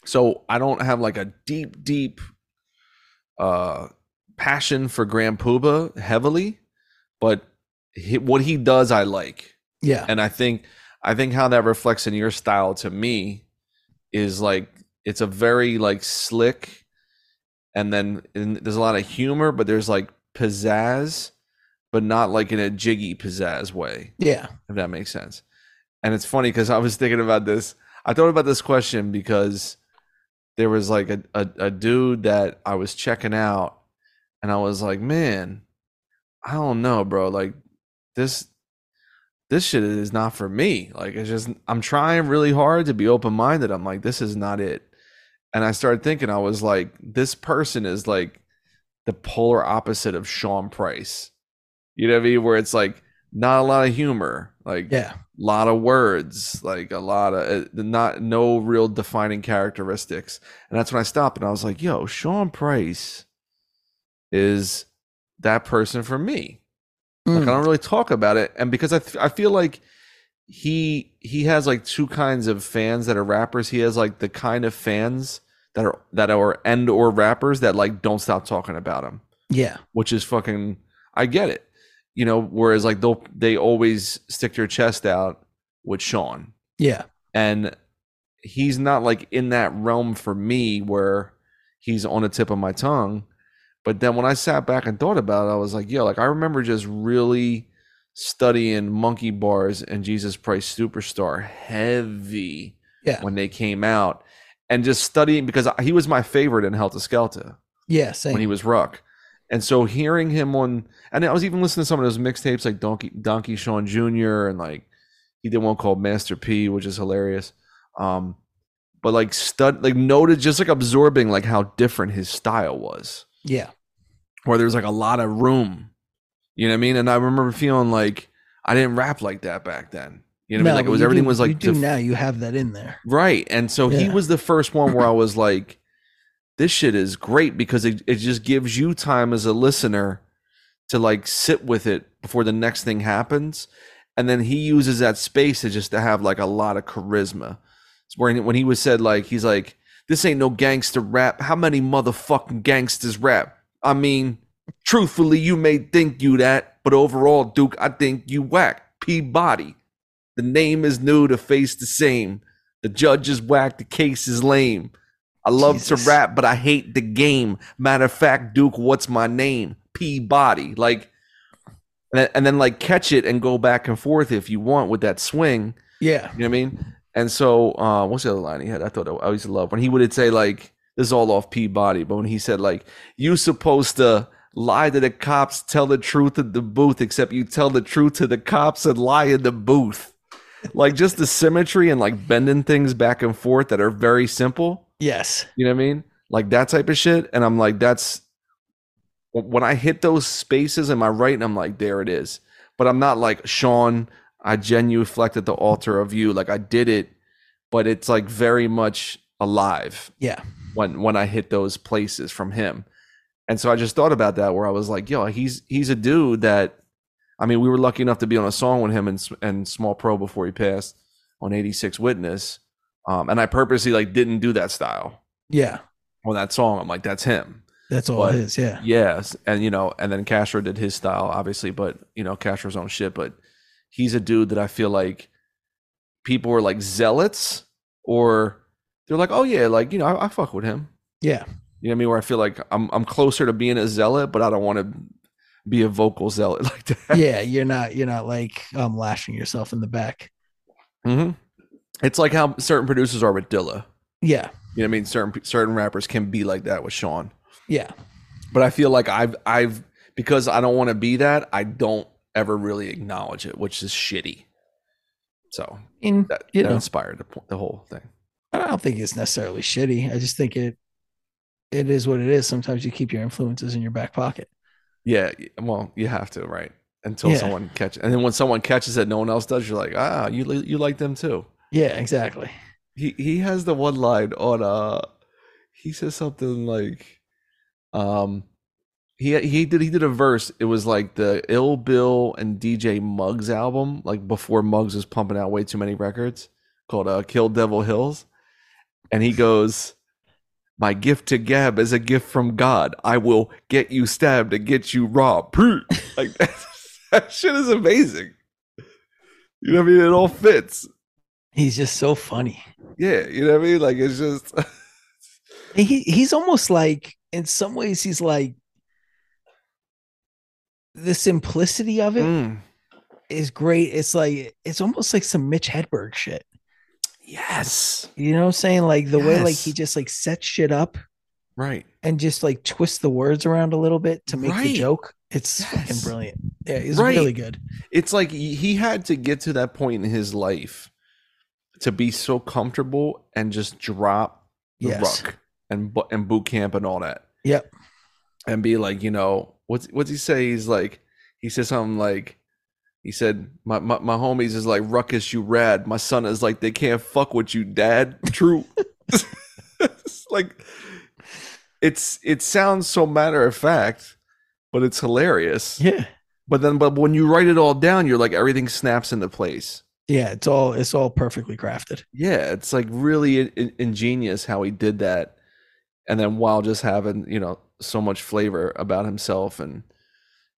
Speaker 3: so I don't have like a deep, deep uh, passion for Grand Pooba heavily, but he, what he does, I like,
Speaker 2: Yeah.
Speaker 3: and I think I think how that reflects in your style to me is like it's a very like slick, and then and there's a lot of humor, but there's like pizzazz, but not like in a jiggy pizzazz way
Speaker 2: Yeah.
Speaker 3: if that makes sense. And it's funny because I was thinking about this. I thought about this question because there was like a, a, a dude that I was checking out, and I was like, man, I don't know, bro. Like this this shit is not for me. Like it's just I'm trying really hard to be open minded. I'm like, this is not it. And I started thinking, I was like, this person is like the polar opposite of Sean Price. You know what I mean? Where it's like not a lot of humor, like
Speaker 2: Yeah.
Speaker 3: lot of words, like a lot of uh, not no real defining characteristics. And that's when I stopped and I was like, yo, Sean Price is that person for me. Like uh, I
Speaker 2: Mm.
Speaker 3: don't really talk about it, and because I th- I feel like he he has like two kinds of fans that are rappers. He has like the kind of fans that are that are and or rappers that like don't stop talking about him,
Speaker 2: Yeah.
Speaker 3: which is fucking I get it, you know. Whereas like they'll they always stick their chest out with Sean,
Speaker 2: Yeah.
Speaker 3: and he's not like in that realm for me where he's on the tip of my tongue but then when i sat back and thought about it i was like yo like i remember just really studying monkey bars and jesus christ superstar heavy
Speaker 2: Yeah.
Speaker 3: when they came out and just studying because he was my favorite in helter skelter
Speaker 2: Yeah. Same.
Speaker 3: when he was Ruck. And so hearing him on, and I was even listening to some of those mixtapes like Donkey Donkey Sean Jr. and like he did one called Master P, which is hilarious. Um, but like stud, like noted, just like absorbing like how different his style was
Speaker 2: yeah.
Speaker 3: where there's like a lot of room. You know what I mean? And I remember feeling like I didn't rap like that back then. You know what I mean? Like it
Speaker 2: but
Speaker 3: was
Speaker 2: you
Speaker 3: everything
Speaker 2: do-
Speaker 3: was
Speaker 2: you
Speaker 3: like
Speaker 2: do
Speaker 3: def-
Speaker 2: now. You have that in there.
Speaker 3: right. And so he
Speaker 2: Yeah.
Speaker 3: was the first one where I was like, this shit is great because it, it just gives you time as a listener to like sit with it before the next thing happens. And then he uses that space to just to have like a lot of charisma. It's where when he was said like he's like, This ain't no gangster rap. How many motherfucking gangsters rap? I mean, truthfully, you may think you that, but overall, Duke, I think you whack. Peabody. The name is new, the face the same. The judge is whack, the case is lame. I love
Speaker 2: Jesus.
Speaker 3: to rap, but I hate the game. Matter of fact, Duke, what's my name? Peabody. Like and then, and then like catch it and go back and forth if you want with that swing.
Speaker 2: Yeah.
Speaker 3: You know what I mean? And so, uh, what's the other line he had? I thought I used to love when he would say like, "This is all off Peabody," but when he said like, "You supposed to lie to the cops, tell the truth in the booth, except you tell the truth to the cops and lie in the booth," like just the symmetry and like bending things back and forth that are very simple.
Speaker 2: Yes.
Speaker 3: You know what I mean? Like that type of shit. And I'm like, that's when I hit those spaces, am I right? And I'm like, there it is. But I'm not like, Sean, I genuflect at the altar of you. Like I did it, but it's like very much alive
Speaker 2: Yeah.
Speaker 3: when when I hit those places from him. And so I just thought about that where I was like, yo, he's he's a dude that I mean, we were lucky enough to be on a song with him and S- and Small Pro before he passed on 86 Witness. Um, and I purposely like didn't do that style
Speaker 2: Yeah.
Speaker 3: on that song. I'm like, that's him.
Speaker 2: That's all
Speaker 3: But-
Speaker 2: it is. Yeah.
Speaker 3: Yes. And you know, and then Castro did his style, obviously, but you know, Castro's own shit. But he's a dude that I feel like people are like zealots or they're like, Oh yeah, like, you know, I, I fuck with him.
Speaker 2: Yeah.
Speaker 3: You know what I mean? Where I feel like I'm I'm closer to being a zealot, but I don't want to be a vocal zealot like that.
Speaker 2: Yeah. You're not. You're not like um lashing yourself in the back.
Speaker 3: hmm It's like how certain producers are with Dilla.
Speaker 2: Yeah.
Speaker 3: You know what I mean? Certain certain rappers can be like that with Sean.
Speaker 2: Yeah.
Speaker 3: but I feel like I've I've because I don't want to be that, I don't ever really acknowledge it, which is shitty. So
Speaker 2: In,
Speaker 3: that,
Speaker 2: you
Speaker 3: that
Speaker 2: know.
Speaker 3: inspired the, po- the whole thing.
Speaker 2: I don't think it's necessarily shitty. I just think it. It is what it is. Sometimes you keep your influences in your back pocket.
Speaker 3: Yeah, y- well, you have to, right? Until
Speaker 2: Yeah.
Speaker 3: someone catches, and then when someone catches it, no one else does. You're like, ah, you li- you like them too.
Speaker 2: Yeah. Exactly.
Speaker 3: He he has the one line on uh, he says something like, um, he he did he did a verse. It was like the Ill Bill and DJ Muggs album, like before Muggs was pumping out way too many records, called uh, "Kill Devil Hills," and he goes, "My gift to Gab is a gift from God. I will get you stabbed and get you robbed." Pruh. Like that, that shit is amazing. You know what I mean? It all fits.
Speaker 2: He's just so funny.
Speaker 3: Yeah, you know what I mean. Like it's just
Speaker 2: he he's almost like in some ways he's like the simplicity of it is
Speaker 3: Mm.
Speaker 2: great it's like it's almost like some mitch hedberg shit
Speaker 3: yes,
Speaker 2: you know what i'm saying like the way like
Speaker 3: Yes.
Speaker 2: he just like sets shit up
Speaker 3: right.
Speaker 2: and just like twists the words around a little bit to make the
Speaker 3: Right.
Speaker 2: joke it's fucking
Speaker 3: Yes.
Speaker 2: brilliant yeah he's
Speaker 3: Right.
Speaker 2: really good
Speaker 3: it's like he he had to get to that point in his life to be so comfortable and just drop the
Speaker 2: yes
Speaker 3: ruck and bu- and boot camp and all that.
Speaker 2: Yep.
Speaker 3: And be like, you know, what's what's he say? He's like, he says something like, he said, my my, my homies is like ruckus, you rad. My son is like, they can't fuck with you, dad. True. It's like, it's it sounds so matter of fact, but it's hilarious
Speaker 2: yeah
Speaker 3: But then, but when you write it all down, you're like everything snaps into place.
Speaker 2: Yeah, it's all it's all perfectly crafted.
Speaker 3: Yeah, it's like really in- in- ingenious how he did that, and then while just having you know so much flavor about himself and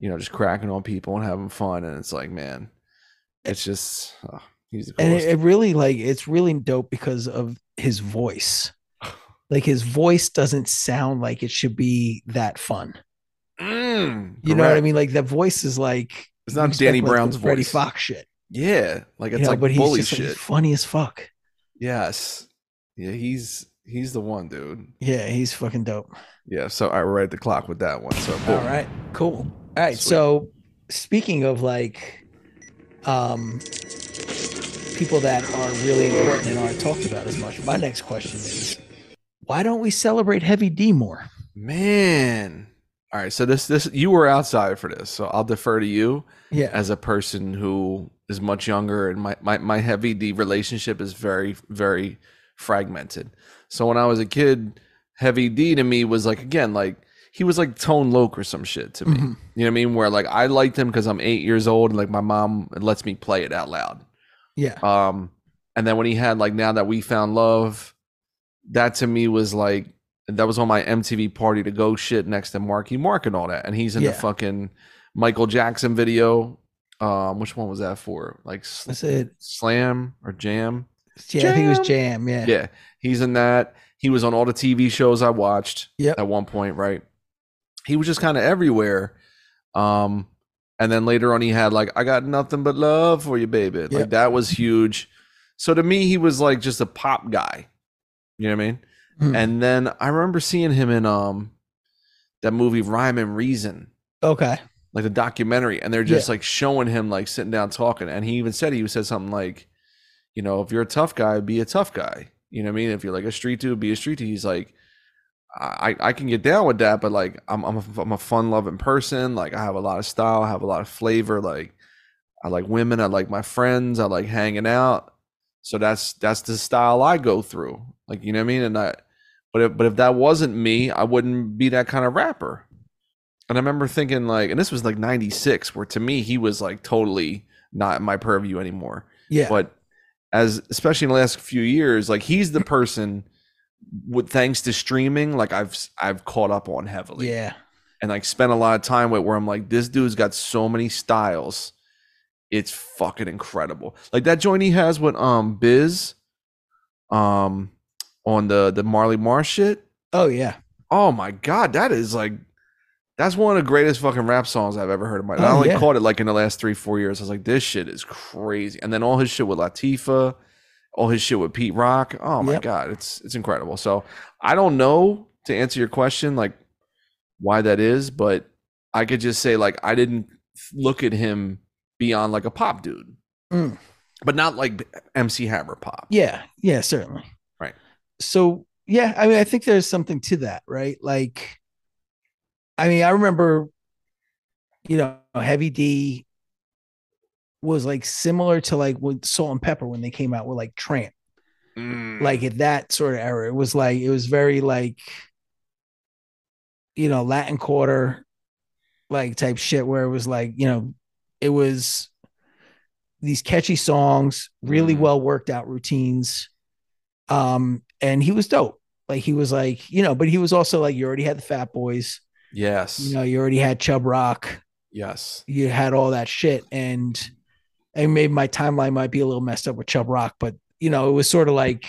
Speaker 3: you know just cracking on people and having fun, and it's like man, it's just oh, he's the
Speaker 2: And
Speaker 3: coolest.
Speaker 2: it, it really like it's really dope because of his voice. Like his voice doesn't sound like it should be that fun.
Speaker 3: Mm,
Speaker 2: You know what I
Speaker 3: correct.
Speaker 2: mean? Like the voice is like
Speaker 3: It's not Danny Brown's
Speaker 2: Freddie
Speaker 3: voice.
Speaker 2: Fox shit.
Speaker 3: Yeah, like
Speaker 2: You
Speaker 3: it's
Speaker 2: know,
Speaker 3: like
Speaker 2: but he's
Speaker 3: bully
Speaker 2: just like,
Speaker 3: shit.
Speaker 2: funny as fuck.
Speaker 3: yes, yeah, he's he's the one, dude.
Speaker 2: Yeah, he's fucking dope.
Speaker 3: Yeah, so I right at the clock with that one. So
Speaker 2: All
Speaker 3: boom.
Speaker 2: right, cool. All right,
Speaker 3: Sweet.
Speaker 2: so speaking of like, um, people that are really important and aren't talked about as much. My next question is, why don't we celebrate Heavy D more?
Speaker 3: Man. All right. So this this you were outside for this, so I'll defer to you
Speaker 2: Yeah,
Speaker 3: as a person who is much younger and my my, my heavy D relationship is very, very fragmented. So when I was a kid, heavy D to me was like again, like he was like Tone Loke or some shit to me.
Speaker 2: Mhm.
Speaker 3: You know what I mean? Where like I liked him because I'm eight years old and like my mom lets me play it out loud.
Speaker 2: yeah,
Speaker 3: Um, and then when he had like now that we found love, that to me was like that was on my MTV party to go shit next to Marky Mark and all that, and he's in
Speaker 2: Yeah.
Speaker 3: the fucking Michael Jackson video. Um, which one was that for? Like sl-
Speaker 2: that's it.
Speaker 3: Slam or Jam?
Speaker 2: Yeah, I think it was Jam. Yeah,
Speaker 3: Yeah, he's in that. He was on all the TV shows I watched
Speaker 2: Yep.
Speaker 3: at one point, right? He was just kind of everywhere. Um, and then later on, he had like, I got nothing but love for you, baby.
Speaker 2: Yep.
Speaker 3: Like, that was huge. So to me, he was like just a pop guy. You know what I mean?
Speaker 2: Hmm.
Speaker 3: And then I remember seeing him in um that movie Rhyme and Reason,
Speaker 2: Okay.
Speaker 3: like the documentary, and they're
Speaker 2: Yeah.
Speaker 3: just like showing him like sitting down talking. And he even said he said something like, you know, if you're a tough guy, be a tough guy. You know what I mean? If you're like a street dude, be a street dude. He's like, I I can get down with that, but like I'm I'm a, I'm a fun loving person. Like I have a lot of style, I have a lot of flavor. Like I like women, I like my friends, I like hanging out. So that's that's the style I go through. Like you know what I mean? And I, but if, but if that wasn't me, I wouldn't be that kind of rapper. And I remember thinking like, and this was like '96, where to me he was like totally not in my purview anymore
Speaker 2: Yeah.
Speaker 3: but as especially in the last few years like he's the person with thanks to streaming like i've i've caught up on heavily
Speaker 2: yeah.
Speaker 3: and like spent a lot of time with where i'm like this dude's got so many styles it's fucking incredible like that joint he has with um biz um on the the marley marsh shit
Speaker 2: Oh yeah.
Speaker 3: oh my god that is like that's one of the greatest fucking rap songs I've ever heard in my life. I
Speaker 2: Oh,
Speaker 3: only
Speaker 2: yeah.
Speaker 3: caught it like in the last three, four years. I was like, this shit is crazy. And then all his shit with Latifa, all his shit with Pete Rock. Oh my
Speaker 2: Yep.
Speaker 3: God. It's it's incredible. So I don't know to answer your question, like why that is, but I could just say like I didn't look at him beyond like a pop dude.
Speaker 2: Mm.
Speaker 3: But not like MC Hammer pop.
Speaker 2: Yeah. Yeah. Certainly.
Speaker 3: Right.
Speaker 2: So yeah, I mean, I think there's something to that, right? Like, I mean, I remember, you know, Heavy D was like similar to like with Salt and Pepper when they came out with like Tramp,
Speaker 3: Mm.
Speaker 2: like at that sort of era. It was like it was very like, you know, Latin Quarter, like type shit where it was like you know, it was these catchy songs, really
Speaker 3: Mhm.
Speaker 2: well worked out routines. Um, and he was dope. Like he was like, you know, but he was also like you already had the Fat Boys,
Speaker 3: yes.
Speaker 2: you know, you already had Chub Rock,
Speaker 3: yes.
Speaker 2: you had all that shit. And and maybe my timeline might be a little messed up with Chub Rock, but you know, it was sort of like,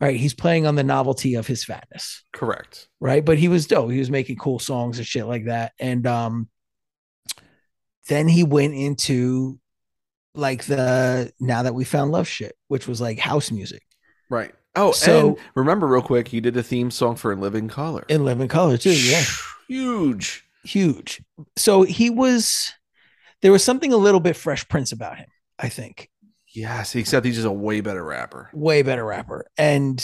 Speaker 2: all right, he's playing on the novelty of his fatness
Speaker 3: Correct.
Speaker 2: right? But he was dope. He was making cool songs and shit like that. And um, then he went into like the now that we found love shit, which was like house music
Speaker 3: Right. Oh,
Speaker 2: So-
Speaker 3: and remember real quick, he did a theme song for In Living Color.
Speaker 2: in Living Color too. Yeah,
Speaker 3: Huge.
Speaker 2: huge. So he was there was something a little bit Fresh Prince about him. I think
Speaker 3: Yes, except he's just a way better rapper.
Speaker 2: way better rapper and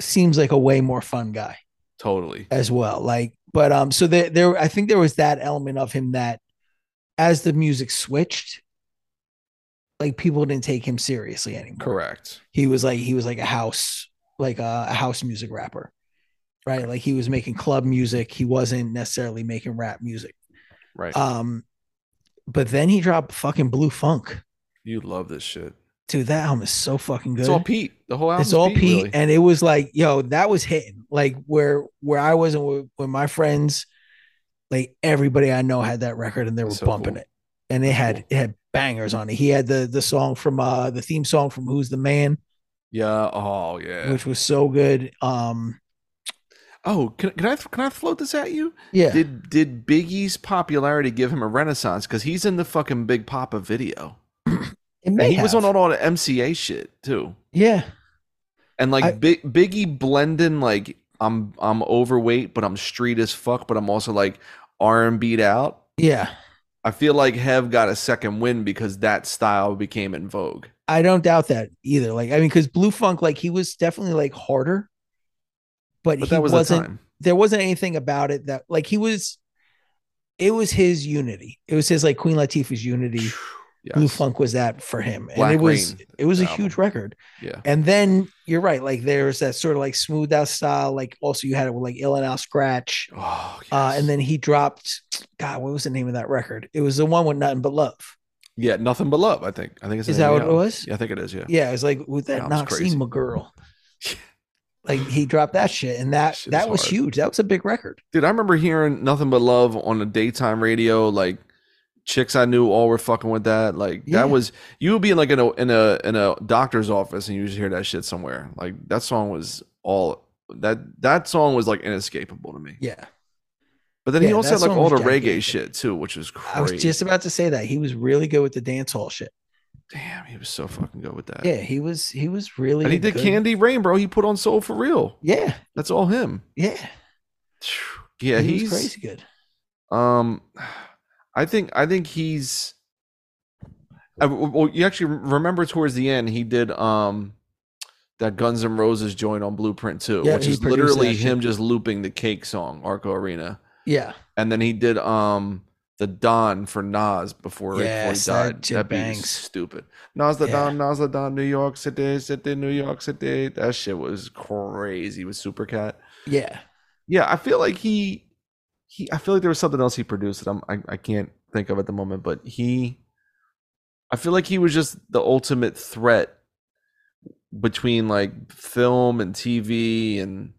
Speaker 2: seems like a way more fun guy.
Speaker 3: Totally.
Speaker 2: as well. Like, but um, so there, there, I think there was that element of him that, as the music switched, like people didn't take him seriously anymore.
Speaker 3: Correct.
Speaker 2: He was like he was like a house, like a, a house music rapper, right? Like he was making club music. He wasn't necessarily making rap music.
Speaker 3: Right.
Speaker 2: Um, But then he dropped fucking Blue Funk.
Speaker 3: You love this shit.
Speaker 2: Dude, that album is so fucking good.
Speaker 3: It's all Pete. The whole album.
Speaker 2: it's all Pete,
Speaker 3: really.
Speaker 2: and it was like, yo, that was hitting. Like where where I was and with, with my friends, like everybody I know had that record and they were
Speaker 3: That's so
Speaker 2: bumping
Speaker 3: cool.
Speaker 2: it, and it had
Speaker 3: cool.
Speaker 2: it had bangers on it. He had the the song from uh the theme song from Who's the Man,
Speaker 3: yeah. Oh yeah.
Speaker 2: which was so good. Um,
Speaker 3: oh, can, can I can I float this at you?
Speaker 2: yeah,
Speaker 3: Did did Biggie's popularity give him a renaissance? Because he's in the fucking Big Papa video.
Speaker 2: it
Speaker 3: And
Speaker 2: may
Speaker 3: he was
Speaker 2: have.
Speaker 3: on all the MCA shit too.
Speaker 2: yeah,
Speaker 3: And like
Speaker 2: I-
Speaker 3: Big, Biggie blending like I'm I'm overweight, but I'm street as fuck, but I'm also like R and beat out.
Speaker 2: yeah.
Speaker 3: I feel like Hev got a second win because that style became in vogue.
Speaker 2: I don't doubt that either. Like, I mean, because Blue Funk, like, he was definitely like harder, but,
Speaker 3: But
Speaker 2: he
Speaker 3: that was the
Speaker 2: wasn't.
Speaker 3: time.
Speaker 2: There wasn't anything about it that, like, he was. It was his unity. It was his like Queen Latifah's unity.
Speaker 3: Yes.
Speaker 2: Blue Funk was that for him, and
Speaker 3: Black
Speaker 2: it was
Speaker 3: Rain,
Speaker 2: it was a
Speaker 3: the
Speaker 2: huge record.
Speaker 3: Yeah.
Speaker 2: And then you're right, like there's that sort of like smooth out style. Like also you had it with like Ill and Out Scratch,
Speaker 3: Oh,
Speaker 2: uh,
Speaker 3: yes.
Speaker 2: and then he dropped. God, what was the name of that record? It was the one with Nothing But Love.
Speaker 3: yeah, nothing but love. I think. I think it's the
Speaker 2: Is
Speaker 3: name
Speaker 2: that
Speaker 3: of
Speaker 2: what
Speaker 3: the
Speaker 2: it
Speaker 3: album.
Speaker 2: was?
Speaker 3: Yeah, I think it is. Yeah.
Speaker 2: Yeah, it was like with that
Speaker 3: That was crazy.
Speaker 2: Noxema girl. Like he dropped that shit, and that
Speaker 3: Shit is
Speaker 2: that was
Speaker 3: hard.
Speaker 2: huge. That was a big record.
Speaker 3: Dude, I remember hearing nothing but love on the daytime radio. Like chicks I knew all were fucking with that. Like
Speaker 2: Yeah.
Speaker 3: that was you would be in like in a in a in a doctor's office and you just hear that shit somewhere. Like that song was all that that song was like inescapable to me.
Speaker 2: Yeah,
Speaker 3: But then he
Speaker 2: Yeah,
Speaker 3: also
Speaker 2: that
Speaker 3: had like
Speaker 2: song
Speaker 3: all the
Speaker 2: was
Speaker 3: reggae
Speaker 2: jacked.
Speaker 3: shit too, which was crazy.
Speaker 2: I was just about to say that he was really good with the dance hall shit.
Speaker 3: damn, he was so fucking good with that.
Speaker 2: Yeah, he was he was really.
Speaker 3: and he did
Speaker 2: good.
Speaker 3: Candy Rain, bro. He put on Soul for real.
Speaker 2: Yeah,
Speaker 3: That's all him.
Speaker 2: yeah,
Speaker 3: Phew. Yeah,
Speaker 2: he
Speaker 3: he's
Speaker 2: was crazy good.
Speaker 3: Um, I think I think he's. I, well, you actually remember towards the end he did um that Guns N' Roses joint on Blueprint too,
Speaker 2: Yeah,
Speaker 3: which
Speaker 2: he
Speaker 3: is
Speaker 2: produced
Speaker 3: literally
Speaker 2: that shit.
Speaker 3: him just looping the Cake song, Arco Arena,
Speaker 2: Yeah,
Speaker 3: and then he did um the Don for Nas before, right
Speaker 2: Yes,
Speaker 3: before he
Speaker 2: that
Speaker 3: died.
Speaker 2: shit
Speaker 3: That beat is
Speaker 2: bangs.
Speaker 3: stupid. Nas the
Speaker 2: Yeah.
Speaker 3: Don, Nas the Don, New York City, City, New York City. That shit was crazy with Supercat.
Speaker 2: yeah.
Speaker 3: Yeah, I feel like he he I feel like there was something else he produced that I'm I, I can't think of at the moment, but he I feel like he was just the ultimate threat between like film and TV and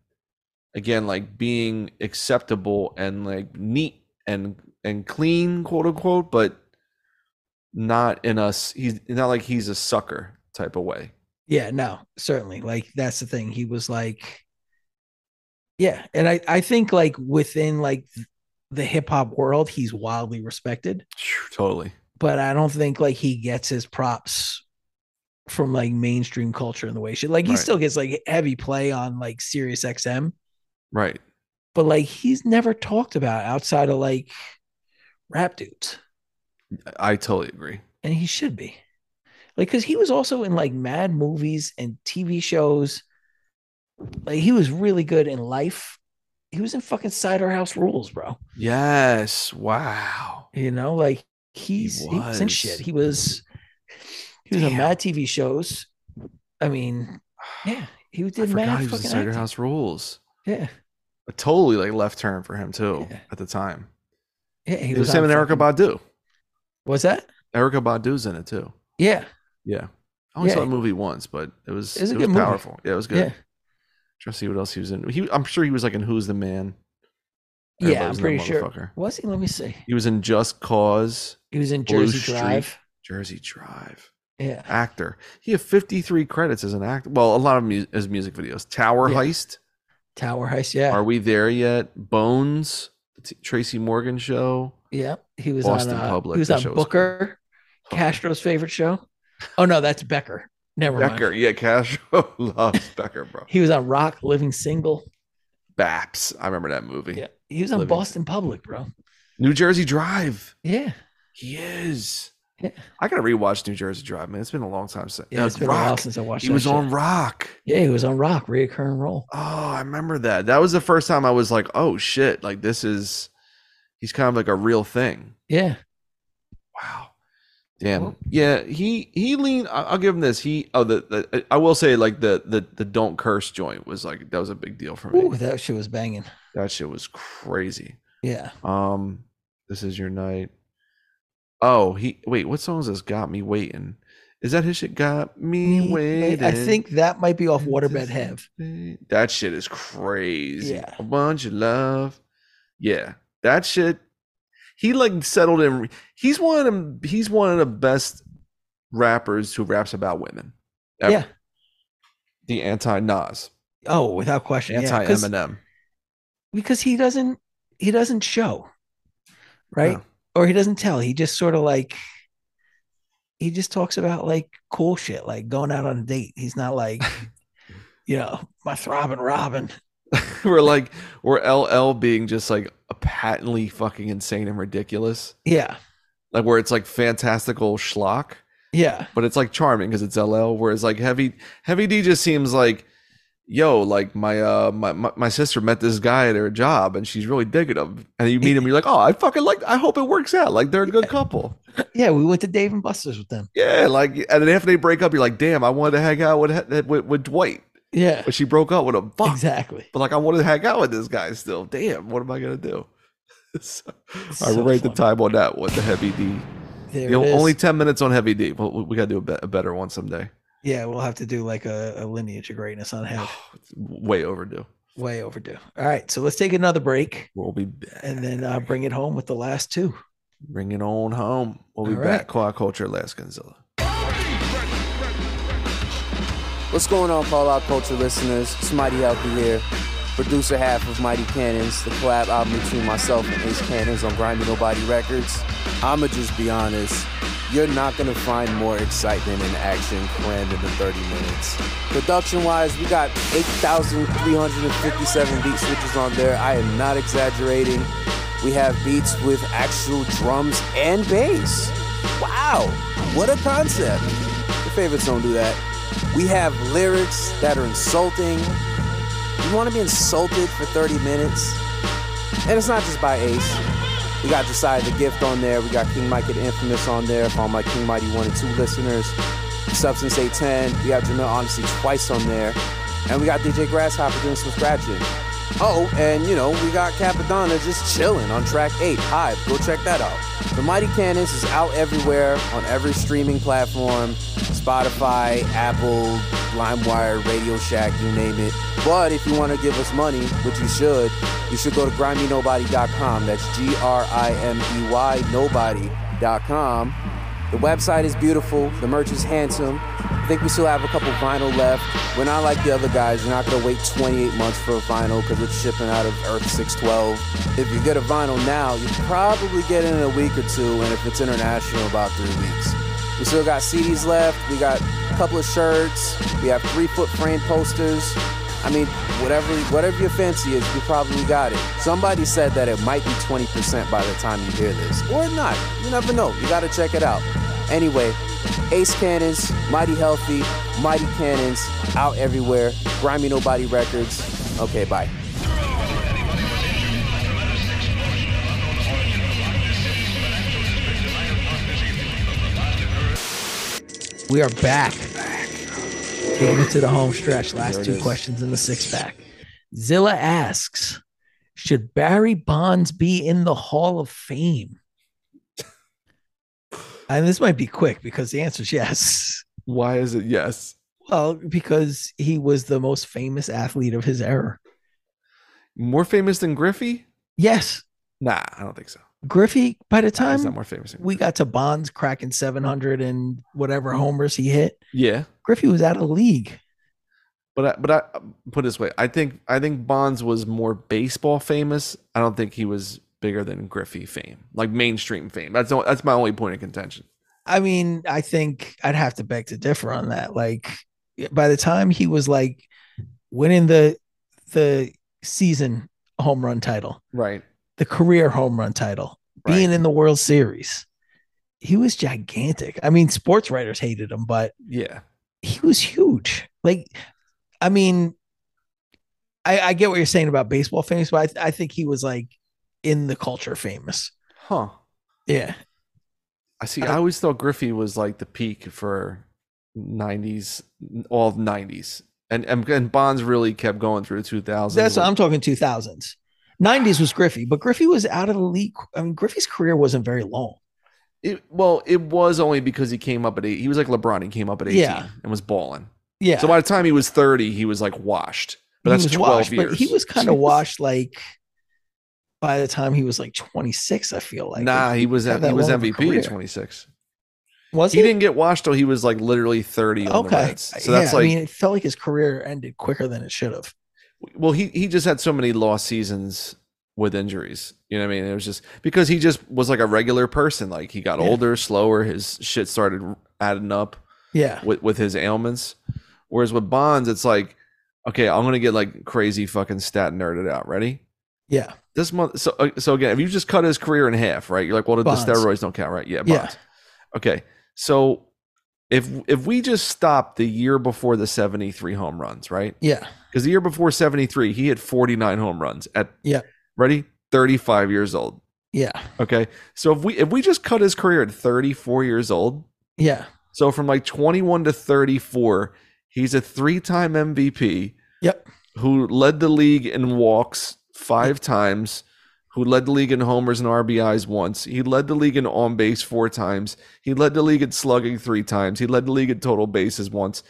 Speaker 3: again like being acceptable and like neat and and clean quote unquote but not in us he's not like he's a sucker type of way
Speaker 2: Yeah, no, certainly. Like that's the thing. He was like, yeah, and I I think like within like th- the hip hop world, he's wildly respected,
Speaker 3: totally
Speaker 2: but I don't think like he gets his props from like mainstream culture in the way shit. Like he
Speaker 3: Right.
Speaker 2: still gets like heavy play on like Sirius XM,
Speaker 3: right
Speaker 2: but like he's never talked about outside of like rap dudes,
Speaker 3: i totally agree
Speaker 2: and he should be. Like, cause he was also in like mad movies and TV shows. Like he was really good in life. He was in fucking Cider House Rules, bro.
Speaker 3: yes wow
Speaker 2: You know, like he's he was, in
Speaker 3: was.
Speaker 2: shit. He was he was on
Speaker 3: Damn.
Speaker 2: mad TV shows. I mean, yeah, he
Speaker 3: I
Speaker 2: did
Speaker 3: forgot
Speaker 2: mad
Speaker 3: he was in
Speaker 2: fucking
Speaker 3: Cider
Speaker 2: acting.
Speaker 3: House Rules.
Speaker 2: Yeah,
Speaker 3: A totally like left turn for him too
Speaker 2: Yeah.
Speaker 3: at the time.
Speaker 2: yeah, he
Speaker 3: it was,
Speaker 2: was
Speaker 3: him
Speaker 2: on
Speaker 3: and Erica
Speaker 2: fucking-
Speaker 3: Badu.
Speaker 2: Was that?
Speaker 3: Erica Badu's in it too.
Speaker 2: Yeah,
Speaker 3: Yeah, I only
Speaker 2: Yeah.
Speaker 3: saw the movie once, but it was
Speaker 2: It's a
Speaker 3: it
Speaker 2: good
Speaker 3: was
Speaker 2: movie.
Speaker 3: powerful. Yeah, it was good.
Speaker 2: yeah,
Speaker 3: Trying to see what else he was in. He, I'm sure he was like in Who's the Man.
Speaker 2: Yeah,
Speaker 3: Everybody
Speaker 2: I'm
Speaker 3: was in that
Speaker 2: pretty sure.
Speaker 3: motherfucker.
Speaker 2: Was he? Let me see.
Speaker 3: He was in Just Cause,
Speaker 2: He was in
Speaker 3: Blue
Speaker 2: Jersey
Speaker 3: Streak.
Speaker 2: Drive.
Speaker 3: Jersey Drive.
Speaker 2: Yeah,
Speaker 3: Actor. He had 53 credits as an actor. Well, a lot of mu- his music videos. Tower
Speaker 2: Yeah.
Speaker 3: Heist.
Speaker 2: Tower Heist. Yeah,
Speaker 3: Are we there yet? Bones. The T- Tracy Morgan show.
Speaker 2: Yeah, he was
Speaker 3: Austin
Speaker 2: on. Uh,
Speaker 3: Public,
Speaker 2: He was
Speaker 3: that
Speaker 2: on
Speaker 3: show was cool.
Speaker 2: Booker, Castro's favorite show. Oh no, that's Becker. Never
Speaker 3: Becker,
Speaker 2: mind.
Speaker 3: yeah, Castro loves Becker, bro.
Speaker 2: He was on Rock, Living Single.
Speaker 3: Baps, I remember that movie.
Speaker 2: Yeah, he was on
Speaker 3: Living
Speaker 2: Boston Public, bro.
Speaker 3: New Jersey Drive,
Speaker 2: Yeah,
Speaker 3: he is.
Speaker 2: Yeah.
Speaker 3: I gotta rewatch New Jersey Drive, man. It's been a long time since.
Speaker 2: yeah.
Speaker 3: uh,
Speaker 2: it's been a while
Speaker 3: Rock.
Speaker 2: since I watched.
Speaker 3: He
Speaker 2: that
Speaker 3: was
Speaker 2: shit.
Speaker 3: on Rock.
Speaker 2: Yeah, he was on Rock, reoccurring role.
Speaker 3: Oh, I remember that. That was the first time I was like, oh shit, like this is. He's kind of like a real thing.
Speaker 2: Yeah,
Speaker 3: Wow. Damn.
Speaker 2: Well-
Speaker 3: yeah, he he leaned. I- I'll give him this. He oh the, the I will say like the the the don't curse joint was like that was a big deal for me.
Speaker 2: Ooh, that shit was banging.
Speaker 3: That shit was crazy.
Speaker 2: Yeah,
Speaker 3: Um, this is your night. Oh, he wait. What song is this? Got me waiting. Is that his shit? Got me waiting.
Speaker 2: I think that might be off Waterbed Have.
Speaker 3: that shit is crazy.
Speaker 2: Yeah.
Speaker 3: I want your love. Yeah, that shit. He like settled in. He's one of them, he's one of the best rappers who raps about women. ever.
Speaker 2: Yeah.
Speaker 3: The anti Nas,
Speaker 2: Oh, without question. Yeah,
Speaker 3: anti
Speaker 2: 'cause-
Speaker 3: Eminem.
Speaker 2: because he doesn't he doesn't show, right?
Speaker 3: No.
Speaker 2: Or he doesn't tell. He just sort of like he just talks about like cool shit, like going out on a date. He's not like, you know, my throbbing Robin.
Speaker 3: we're like we're LL being just like patently fucking insane and ridiculous.
Speaker 2: Yeah.
Speaker 3: Like where it's like fantastical schlock.
Speaker 2: Yeah.
Speaker 3: but it's like charming because it's LL. Whereas like heavy heavy D just seems like, yo, like my uh my, my my sister met this guy at her job and she's really digging him. And you meet him, you're like, oh, I fucking like. I hope it works out. Like they're a good couple.
Speaker 2: Yeah. We went to Dave and Buster's with them.
Speaker 3: Yeah, like and then after they break up, you're like, damn, I wanted to hang out with with, with Dwight,
Speaker 2: Yeah.
Speaker 3: but she broke up with him. Fuck.
Speaker 2: Exactly.
Speaker 3: But like I wanted to hang out with this guy still. Damn, what am I gonna do? so,
Speaker 2: It's
Speaker 3: all right,
Speaker 2: so
Speaker 3: we'll rate the
Speaker 2: funny.
Speaker 3: time on that. What the heavy D?
Speaker 2: There
Speaker 3: You know,
Speaker 2: it is.
Speaker 3: only ten minutes on heavy D. Well, we- we gotta do a, be- a better one someday.
Speaker 2: yeah, we'll have to do like a, a lineage of greatness on head.
Speaker 3: It's way overdue.
Speaker 2: Way overdue. All right. So let's take another break
Speaker 3: We'll be back.
Speaker 2: and then uh, bring it home with the last two.
Speaker 3: Bring it on home. We'll be
Speaker 2: All right.
Speaker 3: back. Quad Culture, Last Gonzilla.
Speaker 4: What's going on, Call Out Culture listeners? It's Mighty Healthy here, producer half of Mighty Cannons, the collab album between myself and Ace Cannons on Grinding Nobody Records. I'ma just be honest, you're not gonna find more excitement and action planned in the 30 minutes. Production-wise, we got 8,357 beat switches on there. I am not exaggerating. We have beats with actual drums and bass. Wow, what a concept! Your favorites don't do that. We have lyrics that are insulting. You want to be insulted for 30 minutes? And it's not just by Ace. We got Josiah the Gift on there. We got King Mike and Infamous on there. For all my King Mighty 1 and 2 listeners. Substance A10. We have Jamil Honesty twice on there. And we got DJ Grasshopper doing some scratching. Oh, and you know, we got Capadonna just chilling on track 8. Hive, go check that out. The Mighty Cannons is out everywhere on every streaming platform Spotify, Apple, LimeWire, Radio Shack, you name it. But if you want to give us money, which you should, you should go to grimynobody.com. That's G R I M E Y nobody.com. The website is beautiful. The merch is handsome. I think we still have a couple vinyl left. We're not like the other guys. You're not gonna wait 28 months for a vinyl because it's shipping out of Earth 612. If you get a vinyl now, you probably get it in a week or two, and if it's international, about three weeks. We still got CDs left. We got a couple of shirts. We have three-foot frame posters. I mean, whatever whatever your fancy is, you probably got it. Somebody said that it might be 20% by the time you hear this, or not. You never know. You gotta check it out. Anyway, Ace Cannons, Mighty Healthy, Mighty Cannons, out everywhere. Grimy Nobody Records. Okay, bye.
Speaker 2: We are back. Getting into the home stretch. Last
Speaker 3: it
Speaker 2: two
Speaker 3: is.
Speaker 2: questions in the six pack. Zilla asks Should Barry Bonds be in the Hall of Fame? And this might be quick because the answer is yes.
Speaker 3: Why is it yes?
Speaker 2: Well, because he was the most famous athlete of his era.
Speaker 3: More famous than Griffey?
Speaker 2: Yes.
Speaker 3: Nah, I don't think so.
Speaker 2: Griffey, by the
Speaker 3: He's not
Speaker 2: time
Speaker 3: more famous. Than
Speaker 2: we got to Bonds cracking 700 and whatever homers he hit,
Speaker 3: yeah,
Speaker 2: Griffey was out of the league.
Speaker 3: but I, but I put it this way. I think I think Bonds was more baseball famous. I don't think he was bigger than Griffey fame, like mainstream fame. That's the- that's my only point of contention.
Speaker 2: I mean, I think I'd have to beg to differ on that. Like by the time he was like winning the the season home run title,
Speaker 3: Right.
Speaker 2: the career home run title, being in the World Series, he was gigantic. I mean, sports writers hated him, but
Speaker 3: Yeah.
Speaker 2: he was huge. Like, I mean, I, I get what you're saying about baseball famous, but I, th- I think he was like in the culture famous.
Speaker 3: Huh.
Speaker 2: Yeah.
Speaker 3: I see.
Speaker 2: I-
Speaker 3: I always thought Griffey was like the peak for '90s, all of '90s, and and, and Bonds really kept going through the 2000s.
Speaker 2: That's
Speaker 3: like-
Speaker 2: I'm talking 2000s. 90s was Griffey, but Griffey was out of the league. I mean, Griffey's career wasn't very long.
Speaker 3: It, well, it was only because he came up at eight. He was like LeBron. He came up at 18
Speaker 2: Yeah.
Speaker 3: and was balling.
Speaker 2: Yeah.
Speaker 3: So by the time he was 30, he was like washed. But that's
Speaker 2: he was
Speaker 3: 12
Speaker 2: washed,
Speaker 3: years.
Speaker 2: but he was kind of washed like by the time he was like 26, I feel like.
Speaker 3: nah, he was
Speaker 2: had
Speaker 3: he
Speaker 2: that
Speaker 3: was
Speaker 2: long of a
Speaker 3: MVP
Speaker 2: career.
Speaker 3: at 26.
Speaker 2: was
Speaker 3: He
Speaker 2: he?
Speaker 3: didn't get washed till he was like literally 30. On The
Speaker 2: okay.
Speaker 3: Reds. So that's
Speaker 2: yeah,
Speaker 3: like
Speaker 2: I mean, it felt like his career ended quicker than it should have.
Speaker 3: well he he just had so many lost seasons with injuries you know what i mean it was just because he just was like a regular person like he got
Speaker 2: Yeah.
Speaker 3: older slower his shit started adding up
Speaker 2: Yeah.
Speaker 3: with with his ailments whereas with bonds it's like okay i'm gonna get like crazy fucking stat nerded out ready
Speaker 2: Yeah.
Speaker 3: this month so uh, so again if you just cut his career in half right you're like well the, the
Speaker 2: Bonds.
Speaker 3: steroids don't count right yeah
Speaker 2: Yeah.
Speaker 3: bonds. okay so if if we just stop the year before the 73 home runs right
Speaker 2: Yeah.
Speaker 3: because the year before 73, he hit 49 home runs at
Speaker 2: Yeah.
Speaker 3: ready 35 years old.
Speaker 2: Yeah.
Speaker 3: Okay. So if we if we just cut his career at 34 years old,
Speaker 2: Yeah.
Speaker 3: so from like 21 to 34, he's a three-time MVP.
Speaker 2: Yep.
Speaker 3: Who led the league in walks five times, who led the league in homers and RBIs once. He led the league in on base four times. He led the league in slugging three times. He led the league in total bases once.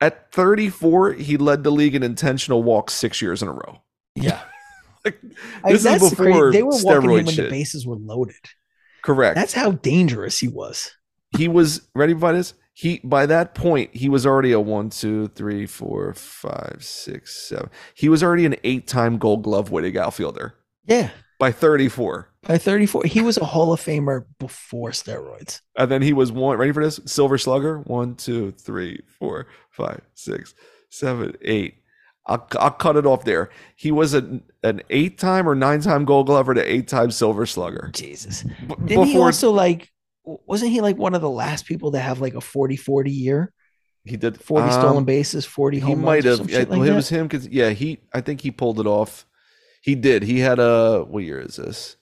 Speaker 3: At 34, he led the league in intentional walks six years in a row.
Speaker 2: Yeah.
Speaker 3: Like,
Speaker 2: I mean,
Speaker 3: this is
Speaker 2: that's the crazy-
Speaker 3: before
Speaker 2: they were walking him
Speaker 3: steroid
Speaker 2: when the
Speaker 3: shit.
Speaker 2: bases were loaded.
Speaker 3: Correct.
Speaker 2: That's how dangerous he was.
Speaker 3: he was ready by this. He by that point he was already a one, two, three, four, five, six, seven. He was already an eight-time Gold Glove winning outfielder
Speaker 2: Yeah.
Speaker 3: by 34,
Speaker 2: By 34, he was a Hall of Famer before steroids.
Speaker 3: and then he was one. Ready for this? Silver Slugger. One, two, three, four, five, six, seven, eight. I'll, I'll cut it off there. He was an, an eight-time or nine-time Gold Glover to eight-time Silver Slugger.
Speaker 2: Jesus.
Speaker 3: B-
Speaker 2: Didn't he also like wasn't he like one of the last people to have like a 40 40 year?
Speaker 3: he did
Speaker 2: 40
Speaker 3: um,
Speaker 2: stolen bases, 40
Speaker 3: he
Speaker 2: home
Speaker 3: might
Speaker 2: runs. Or
Speaker 3: have.
Speaker 2: some
Speaker 3: Yeah,
Speaker 2: shit like
Speaker 3: well, it
Speaker 2: that?
Speaker 3: was him because yeah, he. I think he pulled it off. He did. He had a. What year is this?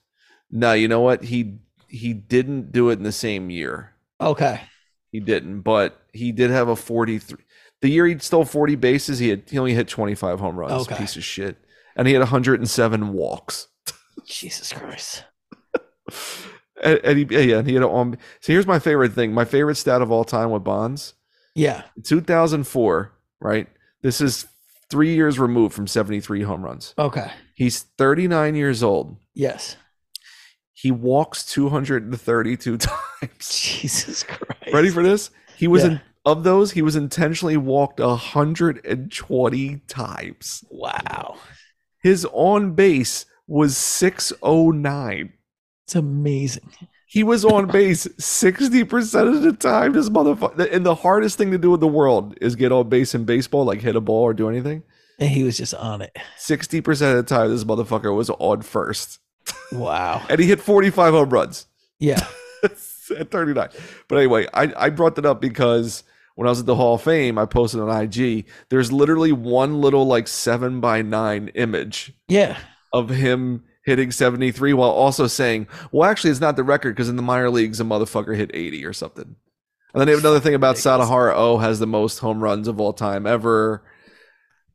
Speaker 3: No, you know what? He he didn't do it in the same year.
Speaker 2: okay.
Speaker 3: He didn't, but he did have a forty-three. The year he stole forty bases, he had he only hit twenty-five home runs.
Speaker 2: Okay.
Speaker 3: Piece of shit, and he had one hundred and seven walks.
Speaker 2: Jesus Christ.
Speaker 3: And, and he yeah, and he had an on. So here's my favorite thing. My favorite stat of all time with Bonds.
Speaker 2: Yeah.
Speaker 3: 2004, right? This is three years removed from 73 home runs.
Speaker 2: Okay.
Speaker 3: He's 39 years old.
Speaker 2: Yes.
Speaker 3: He walks 232 times.
Speaker 2: Jesus Christ.
Speaker 3: Ready for this? He was
Speaker 2: Yeah.
Speaker 3: in of those, he was intentionally walked 120 times.
Speaker 2: Wow.
Speaker 3: His on base was 609.
Speaker 2: It's amazing.
Speaker 3: He was on base 60% of the time. This motherfucker. And the hardest thing to do in the world is get on base in baseball, like hit a ball or do anything.
Speaker 2: And he was just on it.
Speaker 3: 60% of the time, this motherfucker was on first.
Speaker 2: Wow.
Speaker 3: And he hit 45 home runs.
Speaker 2: Yeah.
Speaker 3: at 39. But anyway, I, I brought that up because when I was at the Hall of Fame, I posted on IG. There's literally one little like seven by nine image
Speaker 2: Yeah.
Speaker 3: of him hitting 73 while also saying, well, actually, it's not the record because in the minor leagues, a motherfucker hit 80 or something. And then they have another thing about
Speaker 2: Ridiculous.
Speaker 3: Sadahara O has the most home runs of all time ever.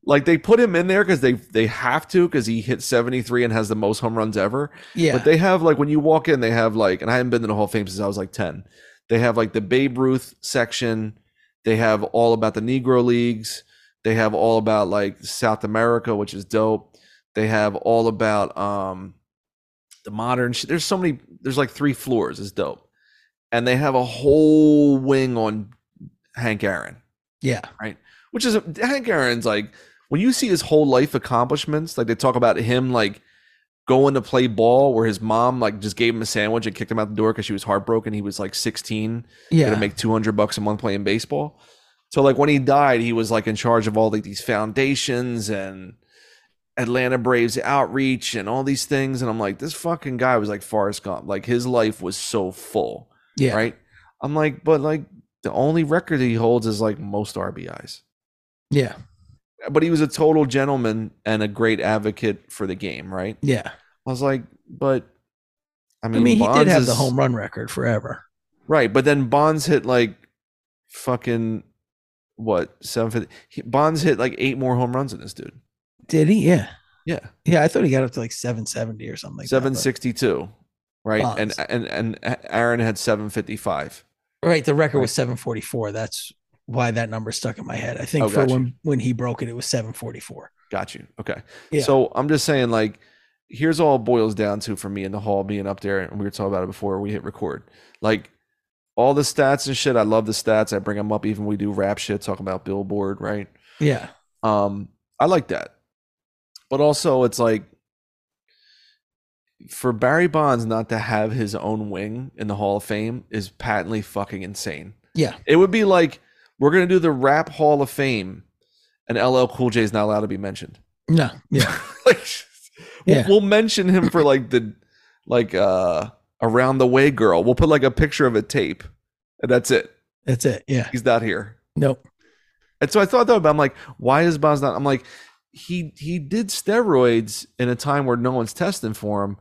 Speaker 3: Like they put him in there because they they have to because he hit 73 and has the most home runs ever.
Speaker 2: Yeah.
Speaker 3: But they have like when you walk in, they have like, and I haven't been to the Hall of Fame since I was like ten. They have like the Babe Ruth section. They have all about the Negro leagues. They have all about like South America, which is dope. They have all about um the modern. Sh- there's so many. There's like three floors. It's dope, and they have a whole wing on Hank Aaron
Speaker 2: yeah.
Speaker 3: which is Hank Aaron's like when you see his whole life accomplishments, like they talk about him like going to play ball where his mom like just gave him a sandwich and kicked him out the door because she was heartbroken. He was like 16,
Speaker 2: Yeah.
Speaker 3: gonna make 200 bucks a month playing baseball. So like when he died, he was like in charge of all like these foundations and Atlanta Braves outreach and all these things. And I'm like, this fucking guy was like Forrest Gump. Like his life was so full,
Speaker 2: yeah.
Speaker 3: right? I'm like, but like the only record he holds is like most RBIs
Speaker 2: Yeah.
Speaker 3: but he was a total gentleman and a great advocate for the game, right?
Speaker 2: Yeah.
Speaker 3: I was like, but I
Speaker 2: I
Speaker 3: mean,
Speaker 2: mean, he did
Speaker 3: Bonds
Speaker 2: have
Speaker 3: is-
Speaker 2: the home run record forever.
Speaker 3: right? But then Bonds hit like fucking what seven fifty. he- Bonds hit like eight more home runs than this dude.
Speaker 2: Did he? Yeah.
Speaker 3: Yeah,
Speaker 2: Yeah. I thought he got up to like 770 or something like that,
Speaker 3: seven
Speaker 2: but-
Speaker 3: sixty two. right?
Speaker 2: Bonds.
Speaker 3: And and and Aaron had 755.
Speaker 2: Right. The record was 744. That's why that number stuck in my head. I think
Speaker 3: Oh,
Speaker 2: for
Speaker 3: gotcha.
Speaker 2: when when he broke it, it was 744.
Speaker 3: Got you. Okay.
Speaker 2: Yeah.
Speaker 3: So I'm just saying, like, here's all it boils down to for me in the hall being up there, and we were talking about it before we hit record. Like, all the stats and shit. I love the stats. I bring them up. Even we do rap shit, talking about Billboard, right?
Speaker 2: Yeah.
Speaker 3: Um, I like that. But also, it's like for Barry Bonds not to have his own wing in the Hall of Fame is patently fucking insane.
Speaker 2: Yeah.
Speaker 3: It would be like we're gonna do the Rap Hall of Fame, and LL Cool J is not allowed to be mentioned.
Speaker 2: No. Yeah.
Speaker 3: like, we'll,
Speaker 2: Yeah.
Speaker 3: we'll mention him for like the like uh around the way girl. We'll put like a picture of a tape, and that's it.
Speaker 2: That's it. Yeah.
Speaker 3: He's not here.
Speaker 2: Nope.
Speaker 3: And so I thought that, but I'm like, why is Bonds not? I'm like, he he did steroids in a time where no one's testing for him,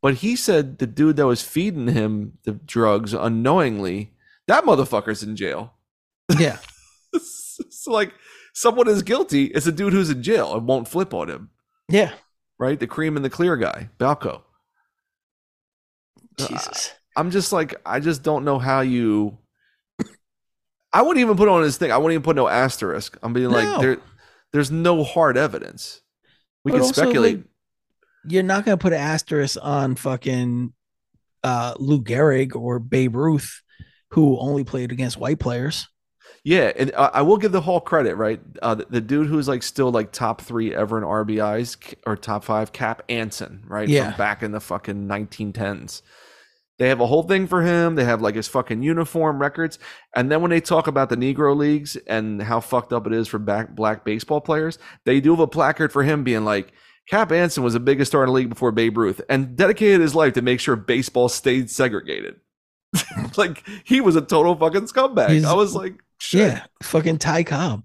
Speaker 3: but he said the dude that was feeding him the drugs unknowingly, that motherfucker's in jail.
Speaker 2: Yeah.
Speaker 3: so like, someone is guilty. It's a dude who's in jail and won't flip on him,
Speaker 2: Yeah.
Speaker 3: right? The cream and the clear guy, Balco. Uh,
Speaker 2: Jesus.
Speaker 3: I'm just like, I just don't know how you. I wouldn't even put on his thing. I wouldn't even put no asterisk. I'm being
Speaker 2: No.
Speaker 3: like, there, there's no hard evidence. We
Speaker 2: But
Speaker 3: can
Speaker 2: also,
Speaker 3: speculate.
Speaker 2: like, You're not gonna put an asterisk on fucking uh Lou Gehrig or Babe Ruth, who only played against white players.
Speaker 3: yeah, and I, I will give the Hall credit, right? Uh, the, the dude who's like still like top three ever in RBIs c- or top five, Cap Anson, right?
Speaker 2: Yeah.
Speaker 3: From back in the fucking 1910s. They have a whole thing for him. They have like his fucking uniform records. And then when they talk about the Negro Leagues and how fucked up it is for back, black baseball players, they do have a placard for him being like, Cap Anson was the biggest star in the league before Babe Ruth and dedicated his life to make sure baseball stayed segregated. like, he was a total fucking scumbag.
Speaker 2: He's-
Speaker 3: I was like, shit.
Speaker 2: Yeah. Fucking Ty Cobb.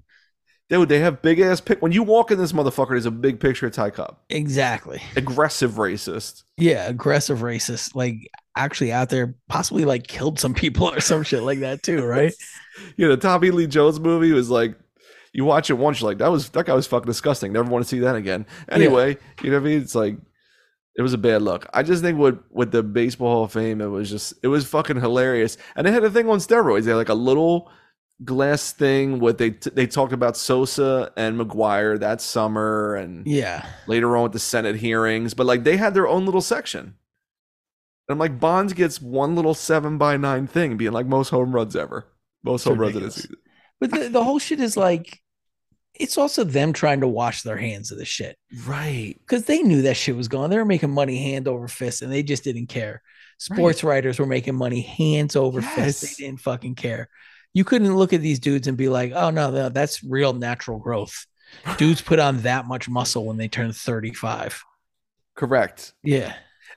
Speaker 3: Dude, they have big ass pic. When you walk in this motherfucker, there's a big picture of Ty Cobb.
Speaker 2: Exactly.
Speaker 3: Aggressive racist.
Speaker 2: Yeah, aggressive racist, like actually out there, possibly like killed some people or some shit like that too, right?
Speaker 3: You know, the Tommy Lee Jones movie was like, you watch it once, you're like, that was that guy was fucking disgusting. Never want to see that again. Anyway, you know what I mean? It's like, it was a bad look. I just think with with the baseball Hall of Fame, it was just it was fucking hilarious. And they had a thing on steroids. They had like a little glass thing with they they talked about Sosa and McGuire that summer and
Speaker 2: Yeah,
Speaker 3: later on with the Senate hearings, but like they had their own little section. And I'm like, Bonds gets one little seven by nine thing, being like most home runs ever, most
Speaker 2: It's
Speaker 3: home runs in a
Speaker 2: ridiculous.
Speaker 3: season.
Speaker 2: but the, the whole shit is like, it's also them trying to wash their hands of the shit
Speaker 3: Right.
Speaker 2: because they knew that shit was gone. They were making money hand over fist, and they just didn't care. Sports writers were making money hands over
Speaker 3: Yes.
Speaker 2: fist. They didn't fucking care. You couldn't look at these dudes and be like, "Oh no, no, that's real natural growth." Dudes put on that much muscle when they turn thirty-five.
Speaker 3: Correct.
Speaker 2: Yeah,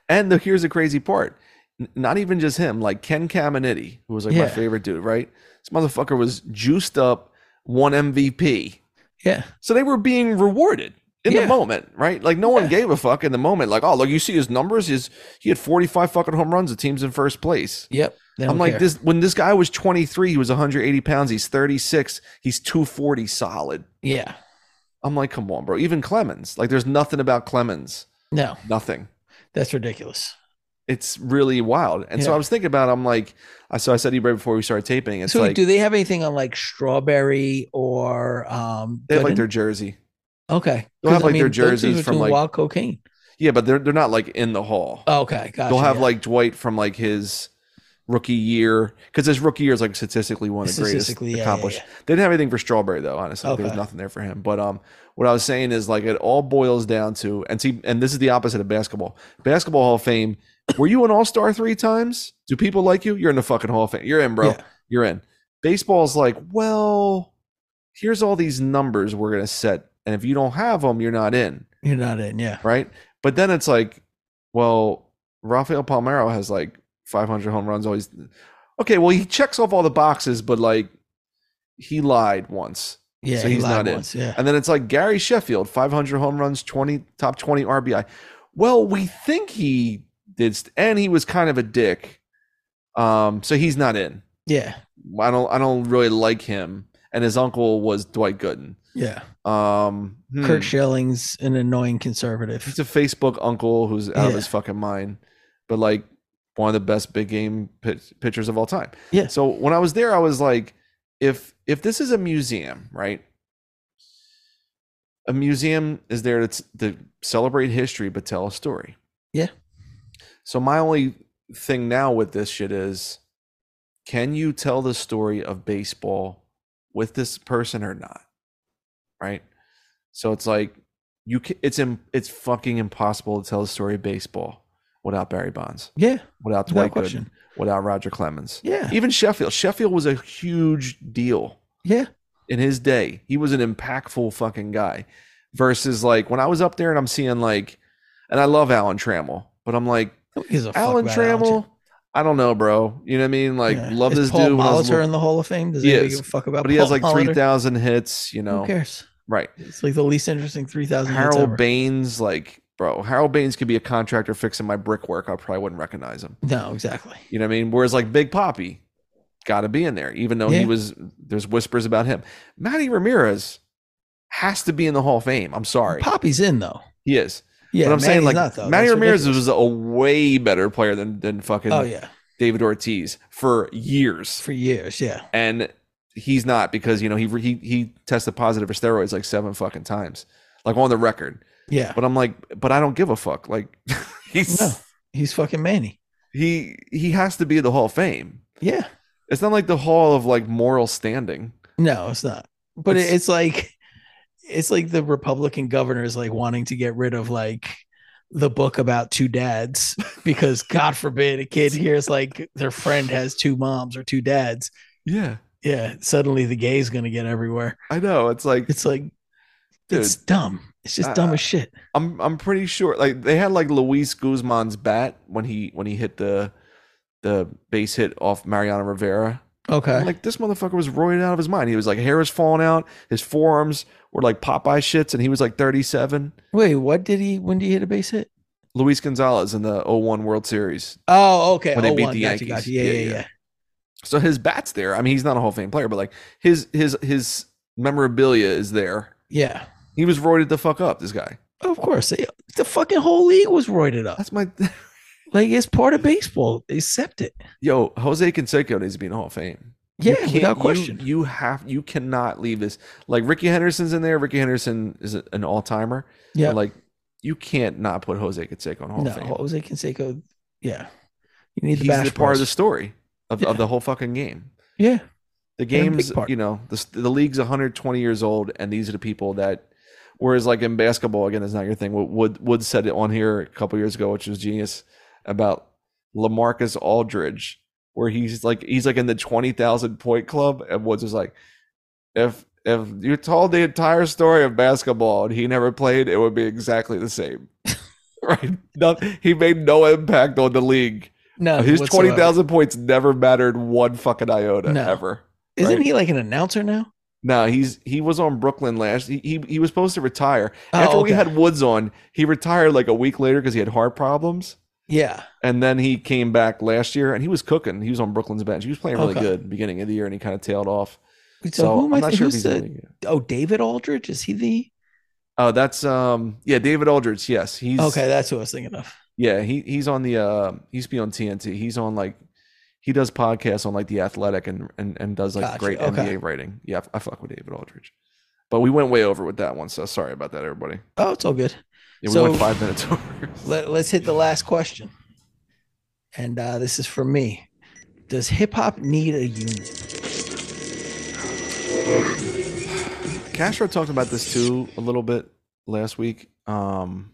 Speaker 3: And the, here's the crazy part: N- not even just him, like Ken Caminiti, who was like my
Speaker 2: Yeah.
Speaker 3: favorite dude. Right. This motherfucker was juiced up, one MVP.
Speaker 2: yeah,
Speaker 3: So they were being rewarded in the
Speaker 2: Yeah.
Speaker 3: moment, right? Like no one
Speaker 2: Yeah.
Speaker 3: gave a fuck in the moment. Like, oh, look, you see his numbers. His he had 45 fucking home runs. The team's in first place.
Speaker 2: yep. They
Speaker 3: I'm
Speaker 2: don't
Speaker 3: like
Speaker 2: care.
Speaker 3: this when this guy was 23, he was 180 pounds. He's 36. He's 240 solid.
Speaker 2: Yeah.
Speaker 3: I'm like, come on, bro. Even Clemens, like, there's nothing about Clemens.
Speaker 2: No,
Speaker 3: Nothing.
Speaker 2: that's ridiculous.
Speaker 3: It's really wild. And so
Speaker 2: Yeah.
Speaker 3: I was thinking about. it, I'm like, I so I said to you right before we started taping. It's
Speaker 2: so,
Speaker 3: like
Speaker 2: do they have anything on like strawberry or um?
Speaker 3: they have like
Speaker 2: Gooden?
Speaker 3: their jersey.
Speaker 2: okay.
Speaker 3: they'll have,
Speaker 2: 'Cause,
Speaker 3: like, their
Speaker 2: those dudes
Speaker 3: jerseys
Speaker 2: were
Speaker 3: from,
Speaker 2: doing
Speaker 3: like-
Speaker 2: wild cocaine. Oh,
Speaker 3: Yeah, but they're they're not like in the hall.
Speaker 2: Okay, gotcha.
Speaker 3: They'll have
Speaker 2: yeah.
Speaker 3: like Dwight from like his rookie year because his rookie year is like statistically one of the greatest
Speaker 2: Statistically, yeah, yeah,
Speaker 3: accomplished.
Speaker 2: yeah.
Speaker 3: They didn't have anything for Strawberry though. Honestly, there was
Speaker 2: Okay.
Speaker 3: nothing there for him. But um, what I was saying is like it all boils down to and see, and this is the opposite of basketball. Basketball Hall of Fame. Were you an All Star three times? Do people like you? You're in the fucking Hall of Fame. You're in, bro.
Speaker 2: Yeah.
Speaker 3: You're in. Baseball's like, well, here's all these numbers we're gonna set, and if you don't have them, you're not in
Speaker 2: You're not in. Yeah.
Speaker 3: right? But then it's like, well, Rafael Palmero has like 500 home runs. Always okay. Well, he checks off all the boxes, but like he lied once,
Speaker 2: Yeah.
Speaker 3: So
Speaker 2: he
Speaker 3: he's
Speaker 2: lied
Speaker 3: not in.
Speaker 2: once, Yeah.
Speaker 3: and then it's like Gary Sheffield, 500 home runs, 20 top 20 RBI. Well, we think he did, st- and he was kind of a dick. Um, so he's not in.
Speaker 2: Yeah.
Speaker 3: I don't. I don't really like him. And his uncle was Dwight Gooden.
Speaker 2: Yeah.
Speaker 3: Um, hmm.
Speaker 2: Kirk Schelling's an annoying conservative.
Speaker 3: he's a Facebook uncle who's out of
Speaker 2: Yeah.
Speaker 3: his fucking mind. But like one of the best big game pitch, pitchers of all time.
Speaker 2: Yeah.
Speaker 3: So when I was there, I was like, if if this is a museum, right? A museum is there to, to celebrate history but tell a story.
Speaker 2: Yeah.
Speaker 3: So my only thing now with this shit is, can you tell the story of baseball with this person or not? Right. So it's like you. Can, it's in. It's fucking impossible to tell the story of baseball without Barry Bonds
Speaker 2: Yeah. Without
Speaker 3: without Dwight
Speaker 2: question.
Speaker 3: Gooden, without Roger Clemens.
Speaker 2: Yeah.
Speaker 3: Even Sheffield. Sheffield was a huge deal
Speaker 2: Yeah.
Speaker 3: in his day. He was an impactful fucking guy. Versus like when I was up there and I'm seeing like, and I love Alan Trammell, but I'm like
Speaker 2: He's a
Speaker 3: Alan Trammell. I don't know, bro. You know what I mean? Like, love
Speaker 2: Is
Speaker 3: this
Speaker 2: Paul
Speaker 3: dude. when I was
Speaker 2: Molitor
Speaker 3: little-
Speaker 2: in the Hall of Fame. Does
Speaker 3: He
Speaker 2: anybody
Speaker 3: is.
Speaker 2: give a fuck about?
Speaker 3: but he has
Speaker 2: Paul
Speaker 3: like
Speaker 2: Molitor?
Speaker 3: three thousand hits. You
Speaker 2: Who
Speaker 3: know,
Speaker 2: cares?
Speaker 3: right?
Speaker 2: It's like the least interesting three thousand.
Speaker 3: Harold Baines, like, bro, Harold Baines could be a contractor fixing my brickwork. I probably wouldn't recognize him.
Speaker 2: No, exactly.
Speaker 3: You know what I mean? Whereas like Big Poppy, got to be in there, even though he
Speaker 2: Yeah.
Speaker 3: was. There's whispers about him. Matty Ramirez has to be in the Hall of Fame. I'm sorry,
Speaker 2: Poppy's in though.
Speaker 3: he is.
Speaker 2: Yeah,
Speaker 3: but I'm saying
Speaker 2: Manny's
Speaker 3: like
Speaker 2: not, though.
Speaker 3: Matty
Speaker 2: That's
Speaker 3: Ramirez
Speaker 2: ridiculous.
Speaker 3: was a way better player than than fucking
Speaker 2: Oh yeah,
Speaker 3: David Ortiz for years,
Speaker 2: for years. Yeah,
Speaker 3: and he's not because you know he he he tested positive for steroids like seven fucking times, like on the record.
Speaker 2: yeah.
Speaker 3: But I'm like, but I don't give a fuck. Like he's
Speaker 2: No, he's fucking Manny.
Speaker 3: he he has to be in the Hall of Fame.
Speaker 2: Yeah.
Speaker 3: It's not like the hall of like moral standing.
Speaker 2: No, it's not. But
Speaker 3: It's-
Speaker 2: it's, it's like it's like the Republican governor is like wanting to get rid of like the book about two dads because God forbid a kid hears like their friend has two moms or two dads.
Speaker 3: Yeah,
Speaker 2: Yeah, suddenly the gay's gonna get everywhere.
Speaker 3: I know. It's like
Speaker 2: It's like it's dumb. It's just
Speaker 3: Uh,
Speaker 2: dumb as shit.
Speaker 3: I'm I'm pretty sure like they had like Luis Guzman's bat when he when he hit the the base hit off Mariano Rivera.
Speaker 2: Okay.
Speaker 3: I'm like this motherfucker was roided out of his mind. He was like hair was falling out, his forearms were like Popeye shits, and he was like 37.
Speaker 2: Wait, what did he when did he hit a base hit?
Speaker 3: Luis Gonzalez in the 01 World Series.
Speaker 2: Oh, okay.
Speaker 3: When they
Speaker 2: Oh,
Speaker 3: beat
Speaker 2: one.
Speaker 3: the
Speaker 2: Gotcha,
Speaker 3: Yankees.
Speaker 2: gotcha. Yeah,
Speaker 3: Yeah,
Speaker 2: yeah,
Speaker 3: yeah.
Speaker 2: yeah,
Speaker 3: So his bat's there. I mean, he's not a Hall of Fame player, but like his his his memorabilia is there.
Speaker 2: Yeah.
Speaker 3: He was roided the fuck up. This guy.
Speaker 2: Of course. they- The fucking whole league was roided up.
Speaker 3: That's my
Speaker 2: Like it's part of baseball. Accept it.
Speaker 3: Yo, Jose Canseco needs to be in the Hall of Fame. You
Speaker 2: Yeah,
Speaker 3: can't-
Speaker 2: without
Speaker 3: you-
Speaker 2: question.
Speaker 3: You, have you cannot leave this. Like Ricky Henderson's in there. Ricky Henderson is a- an all timer.
Speaker 2: Yeah.
Speaker 3: like you can't not put Jose Canseco in the Hall
Speaker 2: no,
Speaker 3: of Fame.
Speaker 2: Jose Canseco. Yeah, you need the
Speaker 3: He's
Speaker 2: bash
Speaker 3: the part of the
Speaker 2: bros.
Speaker 3: story of,
Speaker 2: Yeah.
Speaker 3: of the whole fucking game.
Speaker 2: Yeah,
Speaker 3: The
Speaker 2: a big
Speaker 3: game's
Speaker 2: part.
Speaker 3: you know the the league's 120 years old, and these are the people that. Whereas like in basketball, again, that's not your thing. Wood Wood, Wood said it on here a couple years ago, which was genius about Lamarcus Aldridge, where he's like he's like in the 20,000 point club, and Woods was like, if if you told the entire story of basketball and he never played, it would be exactly the same. right? No, he made no impact on the league.
Speaker 2: no, uh,
Speaker 3: His
Speaker 2: whatsoever.
Speaker 3: 20,000 points never mattered one fucking iota
Speaker 2: No.
Speaker 3: ever.
Speaker 2: Isn't
Speaker 3: right?
Speaker 2: he like an announcer now?
Speaker 3: No, he's he was on Brooklyn last. He he, he was supposed to retire
Speaker 2: Oh,
Speaker 3: after we
Speaker 2: okay.
Speaker 3: had Woods on. He retired like a week later because he had heart problems,
Speaker 2: Yeah,
Speaker 3: and then he came back last year and he was cooking. He was on Brooklyn's bench. He was playing really
Speaker 2: Okay.
Speaker 3: good beginning of the year, and he kind of tailed off.
Speaker 2: so,
Speaker 3: So,
Speaker 2: who am
Speaker 3: I'm
Speaker 2: I?
Speaker 3: not
Speaker 2: thi-
Speaker 3: sure if
Speaker 2: who's
Speaker 3: he's.
Speaker 2: the?
Speaker 3: doing it yet.
Speaker 2: Oh, David Aldridge is he the?
Speaker 3: Oh, that's um yeah, David Aldridge. Yes, he's
Speaker 2: okay, that's what I was thinking of.
Speaker 3: Yeah, he he's on the uh he used to be on TNT. He's on like he does podcasts on like the Athletic and and, and does like
Speaker 2: Gotcha,
Speaker 3: great
Speaker 2: okay.
Speaker 3: NBA writing. Yeah, I fuck with David Aldridge. But we went way over with that one, so sorry about that, everybody.
Speaker 2: Oh, it's all good.
Speaker 3: Yeah, we
Speaker 2: So-
Speaker 3: went five minutes over.
Speaker 2: Let, let's hit the last question, and uh, this is for me. Does hip hop need a union?
Speaker 3: Castro talked about this too a little bit last week. Um,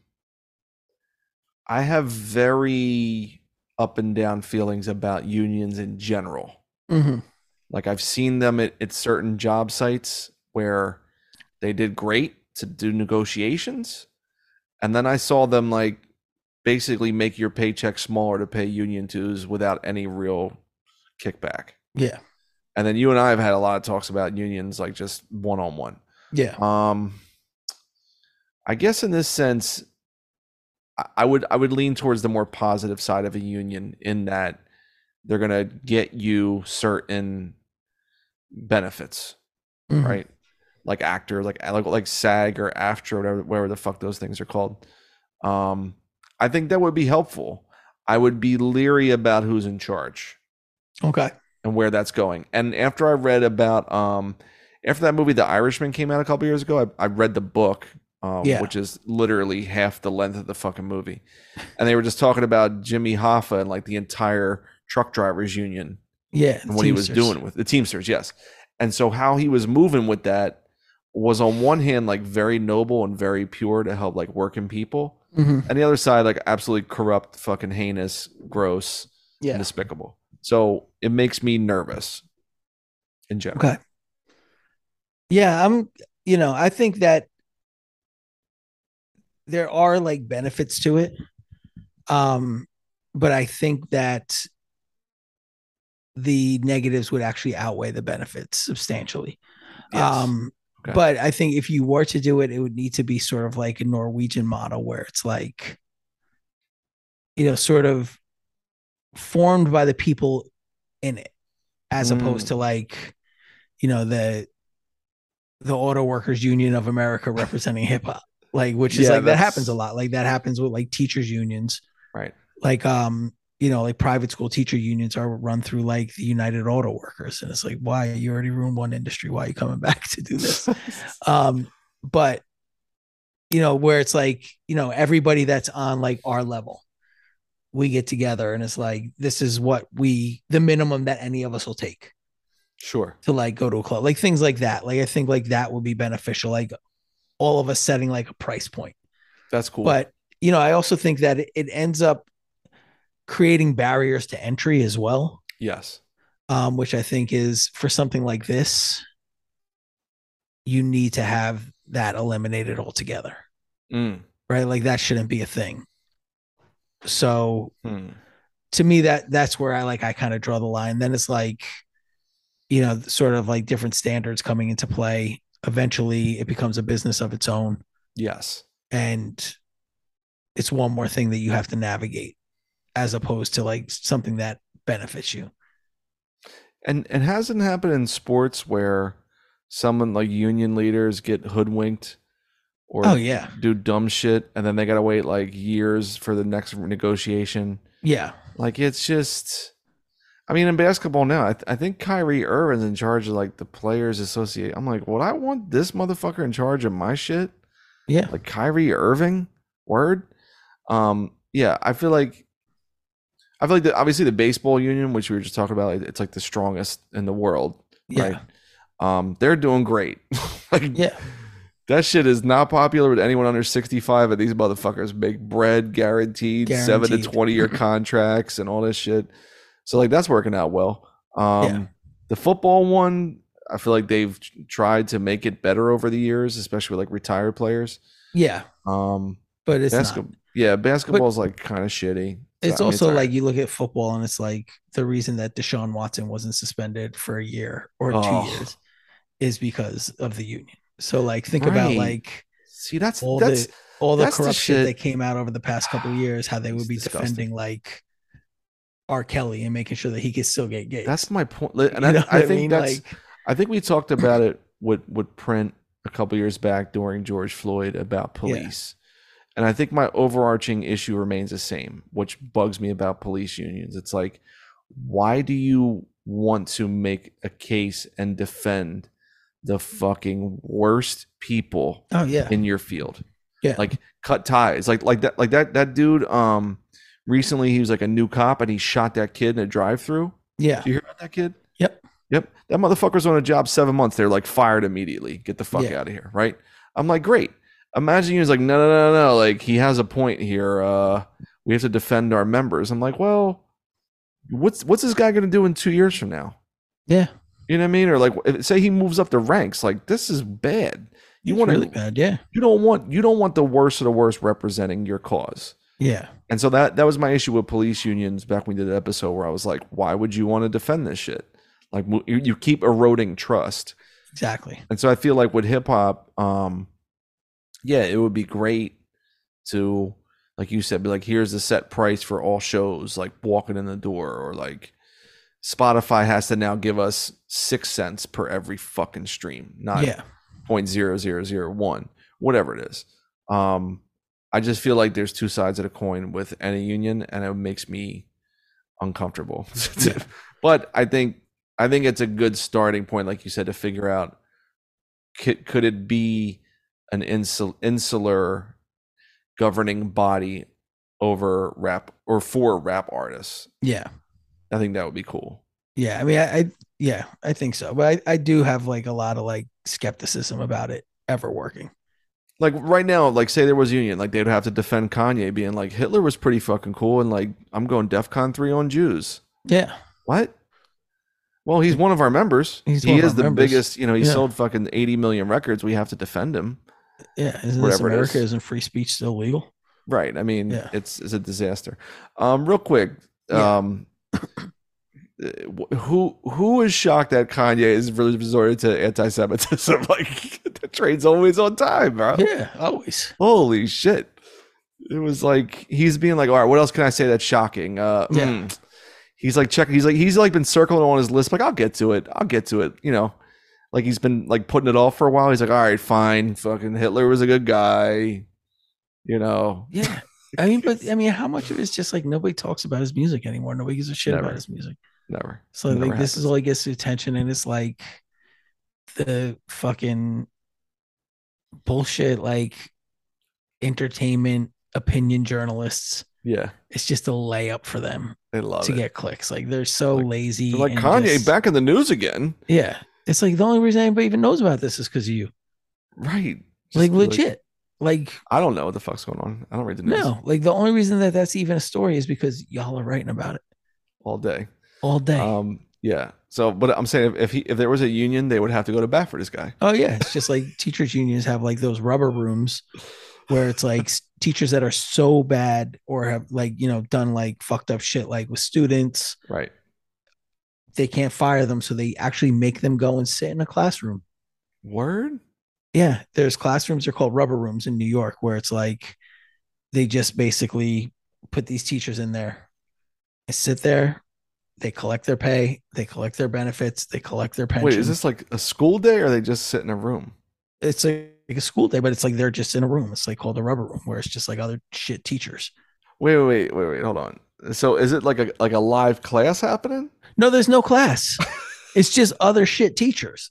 Speaker 3: I have very up and down feelings about unions in general.
Speaker 2: Mm-hmm.
Speaker 3: Like I've seen them at, at certain job sites where they did great to do negotiations. And then I saw them like basically make your paycheck smaller to pay union dues without any real kickback.
Speaker 2: Yeah,
Speaker 3: And then you and I have had a lot of talks about unions, like just one on one.
Speaker 2: yeah,
Speaker 3: Um, I guess in this sense, I- I would I would lean towards the more positive side of a union in that they're gonna get you certain benefits,
Speaker 2: Mhm.
Speaker 3: right? Like actor, like like like SAG or AFTRA, whatever whatever the fuck those things are called. Um, I think that would be helpful. I would be leery about who's in charge
Speaker 2: Okay.
Speaker 3: and where that's going. And after I read about um after that movie The Irishman came out a couple years ago, I, I read the book, um,
Speaker 2: Yeah.
Speaker 3: which is literally half the length of the fucking movie. And they were just talking about Jimmy Hoffa and like the entire truck drivers union
Speaker 2: Yeah.
Speaker 3: and what he was
Speaker 2: Teamsters.
Speaker 3: doing with the Teamsters, yes. And so how he was moving with that was on one hand like very noble and very pure to help like working people.
Speaker 2: Mhm.
Speaker 3: And the other side, like absolutely corrupt, fucking heinous, gross,
Speaker 2: Yeah.
Speaker 3: and despicable. So it makes me nervous in general.
Speaker 2: Okay. Yeah, I'm you know, I think that there are like benefits to it. Um but I think that the negatives would actually outweigh the benefits substantially.
Speaker 3: Yes.
Speaker 2: Um
Speaker 3: Okay.
Speaker 2: but I think if you were to do it it would need to be sort of like a Norwegian model where it's like you know, sort of formed by the people in it as opposed
Speaker 3: Mm.
Speaker 2: to like you know the the auto workers union of america representing hip hop like which is
Speaker 3: Yeah,
Speaker 2: like that
Speaker 3: that's-
Speaker 2: happens a lot like that happens with like teachers unions
Speaker 3: Right.
Speaker 2: like um you know like private school teacher unions are run through like the united auto workers and it's like why you already ruined one industry why are you coming back to do this um but you know where it's like you know everybody that's on like our level we get together and it's like this is what we the minimum that any of us will take
Speaker 3: sure.
Speaker 2: to like go to a club, like things like that. Like I think like that would be beneficial. Like all of us setting like a price point.
Speaker 3: That's cool.
Speaker 2: But you know, I also think that it, it ends up creating barriers to entry as well,
Speaker 3: yes.
Speaker 2: um, which I think is for something like this, you need to have that eliminated altogether,
Speaker 3: Mm.
Speaker 2: right? Like that shouldn't be a thing. So
Speaker 3: Hmm.
Speaker 2: to me that that's where i like i kind of draw the line then it's like you know sort of like different standards coming into play eventually it becomes a business of its own
Speaker 3: Yes.
Speaker 2: and it's one more thing that you have to navigate as opposed to like something that benefits you
Speaker 3: And and hasn't happened in sports where someone like union leaders get hoodwinked or
Speaker 2: oh yeah
Speaker 3: do dumb shit and then they gotta wait like years for the next negotiation.
Speaker 2: yeah
Speaker 3: Like it's just, I mean, in basketball now, I, th- I think Kyrie Irving's in charge of like the players' associate. I'm like, would I want this motherfucker in charge of my shit?
Speaker 2: yeah
Speaker 3: Like Kyrie Irving, word. Um, yeah, I feel like, I feel like the, obviously the baseball union, which we were just talking about, like, it's like the strongest in the world,
Speaker 2: yeah
Speaker 3: right? Um, they're doing great. like,
Speaker 2: yeah
Speaker 3: that shit is not popular with anyone under 65 and these motherfuckers make bread guaranteed, 7 to
Speaker 2: Guaranteed.
Speaker 3: 20 year contracts and all this shit so like that's working out well um
Speaker 2: Yeah.
Speaker 3: the football one i feel like they've tried to make it better over the years especially with like retired players
Speaker 2: yeah
Speaker 3: um
Speaker 2: but it's not.
Speaker 3: basketball yeah basketball's like kind of shitty So,
Speaker 2: it's
Speaker 3: I mean,
Speaker 2: also
Speaker 3: all right.
Speaker 2: like you look at football and it's like the reason that Deshaun Watson wasn't suspended for a year or
Speaker 3: Oh.
Speaker 2: two years is because of the union. So like think about
Speaker 3: Right.
Speaker 2: like
Speaker 3: see that's
Speaker 2: all
Speaker 3: that's
Speaker 2: the all the
Speaker 3: that's the
Speaker 2: corruption
Speaker 3: shit.
Speaker 2: that came out over the past couple of years, how they would
Speaker 3: It's
Speaker 2: be
Speaker 3: disgusting.
Speaker 2: defending like R. Kelly and making sure that he could still get gay.
Speaker 3: that's my point Li- and
Speaker 2: You
Speaker 3: I,
Speaker 2: know
Speaker 3: I
Speaker 2: what I
Speaker 3: think
Speaker 2: mean?
Speaker 3: that's
Speaker 2: Like-
Speaker 3: I think we talked about it with with print a couple years back during George Floyd about police. And I think my overarching issue remains the same, which bugs me about police unions. It's like why do you want to make a case and defend the fucking worst people
Speaker 2: oh yeah.
Speaker 3: in your field?
Speaker 2: Yeah.
Speaker 3: Like cut ties. Like like that like that that dude um recently he was like a new cop and he shot that kid in a drive-through.
Speaker 2: Yeah.
Speaker 3: Do you hear about that kid?
Speaker 2: Yep.
Speaker 3: Yep. That motherfucker's on a job seven months. They're like fired immediately. Get the fuck
Speaker 2: Yeah.
Speaker 3: out of here. Right. I'm like, great. Imagine he was like, no, no, no, no. Like he has a point here. Uh, we have to defend our members. I'm like, well, what's what's this guy gonna do in two years from now?
Speaker 2: Yeah.
Speaker 3: You know what I mean? Or like, if- say he moves up the ranks. Like this is bad. You
Speaker 2: It's
Speaker 3: want
Speaker 2: really
Speaker 3: to?
Speaker 2: bad. Yeah.
Speaker 3: You don't want. You don't want the worst of the worst representing your cause.
Speaker 2: Yeah.
Speaker 3: And so that that was my issue with police unions back when we did an episode where I was like, why would you want to defend this shit? Like mo- you, you keep eroding trust.
Speaker 2: Exactly.
Speaker 3: And so I feel like with hip hop, um, yeah, it would be great to, like you said, be like, here's the set price for all shows, like walking in the door, or like Spotify has to now give us six cents per every fucking stream, not
Speaker 2: yeah.
Speaker 3: point zero zero zero one, whatever it is. Um, I just feel like there's two sides of the coin with any union, and it makes me uncomfortable. but I think I think it's a good starting point, like you said, to figure out could could it be an insul- insular governing body over rap or for rap artists?
Speaker 2: Yeah.
Speaker 3: I think that would be cool.
Speaker 2: Yeah. I mean, I, I yeah, I think so. But I, I do have like a lot of like skepticism about it ever working.
Speaker 3: Like right now, like say there was a union, like they'd have to defend Kanye being like Hitler was pretty fucking cool, and like I'm going DefCon three on Jews.
Speaker 2: Yeah.
Speaker 3: What? Well, he's one of our members.
Speaker 2: He's
Speaker 3: he
Speaker 2: one of
Speaker 3: is
Speaker 2: our
Speaker 3: the
Speaker 2: members.
Speaker 3: biggest. You know, he
Speaker 2: Yeah.
Speaker 3: sold fucking 80 million records. We have to defend him.
Speaker 2: Yeah. Isn't this
Speaker 3: Whatever it
Speaker 2: America?
Speaker 3: is.
Speaker 2: Isn't free speech still legal?
Speaker 3: Right. I mean,
Speaker 2: Yeah.
Speaker 3: it's it's a disaster. Um, real quick,
Speaker 2: Yeah.
Speaker 3: um, wh- who who is shocked that Kanye is really resorted to anti-Semitism? Like the train's always on time, bro.
Speaker 2: Yeah. Always.
Speaker 3: Holy shit! It was like he's being like, all right, what else can I say that's shocking? Uh,
Speaker 2: Yeah.
Speaker 3: hmm. He's like checking. He's like he's like been circling on his list. Like I'll get to it. I'll get to it. You know, like he's been like putting it off for a while. He's like, all right, fine. Fucking Hitler was a good guy. You know,
Speaker 2: Yeah. I mean, but I mean, how much of it's just like nobody talks about his music anymore? Nobody gives a shit
Speaker 3: Never.
Speaker 2: about his music.
Speaker 3: never.
Speaker 2: So
Speaker 3: Never
Speaker 2: like this
Speaker 3: happens.
Speaker 2: is all he gets the attention, and it's like the fucking bullshit, like entertainment opinion journalists.
Speaker 3: Yeah,
Speaker 2: It's just a layup for them
Speaker 3: they love
Speaker 2: to
Speaker 3: it.
Speaker 2: get clicks. Like they're so
Speaker 3: Like-
Speaker 2: lazy.
Speaker 3: They're like
Speaker 2: and
Speaker 3: Kanye
Speaker 2: just-
Speaker 3: back in the news again,
Speaker 2: Yeah, it's like the only reason anybody even knows about this is because of you.
Speaker 3: right? Just
Speaker 2: Like
Speaker 3: be
Speaker 2: legit. Like
Speaker 3: I don't know what the fuck's going on. I don't read the news
Speaker 2: no, like the only reason that that's even a story is because y'all are writing about it
Speaker 3: all day.
Speaker 2: all day.
Speaker 3: Um, yeah. So, but I'm saying if, if he if there was a union, they would have to go to bat for this guy.
Speaker 2: Oh yeah, it's just like teachers unions have like those rubber rooms where it's like s- teachers that are so bad or have like you know done like fucked up shit like with students,
Speaker 3: Right.
Speaker 2: they can't fire them so they actually make them go and sit in a classroom.
Speaker 3: Word.
Speaker 2: Yeah, there's classrooms are called rubber rooms in New York where it's like they just basically put these teachers in there and sit there. They collect their pay, they collect their benefits, they collect their pension.
Speaker 3: Wait, is this like a school day, or they just sit in a room?
Speaker 2: it's like, like a school day, but it's like they're just in a room. It's like called a rubber room where it's just like other shit teachers.
Speaker 3: Wait, wait, wait, wait, wait. Hold on. So, is it like a like a live class happening?
Speaker 2: No, there's no class. it's just other shit teachers.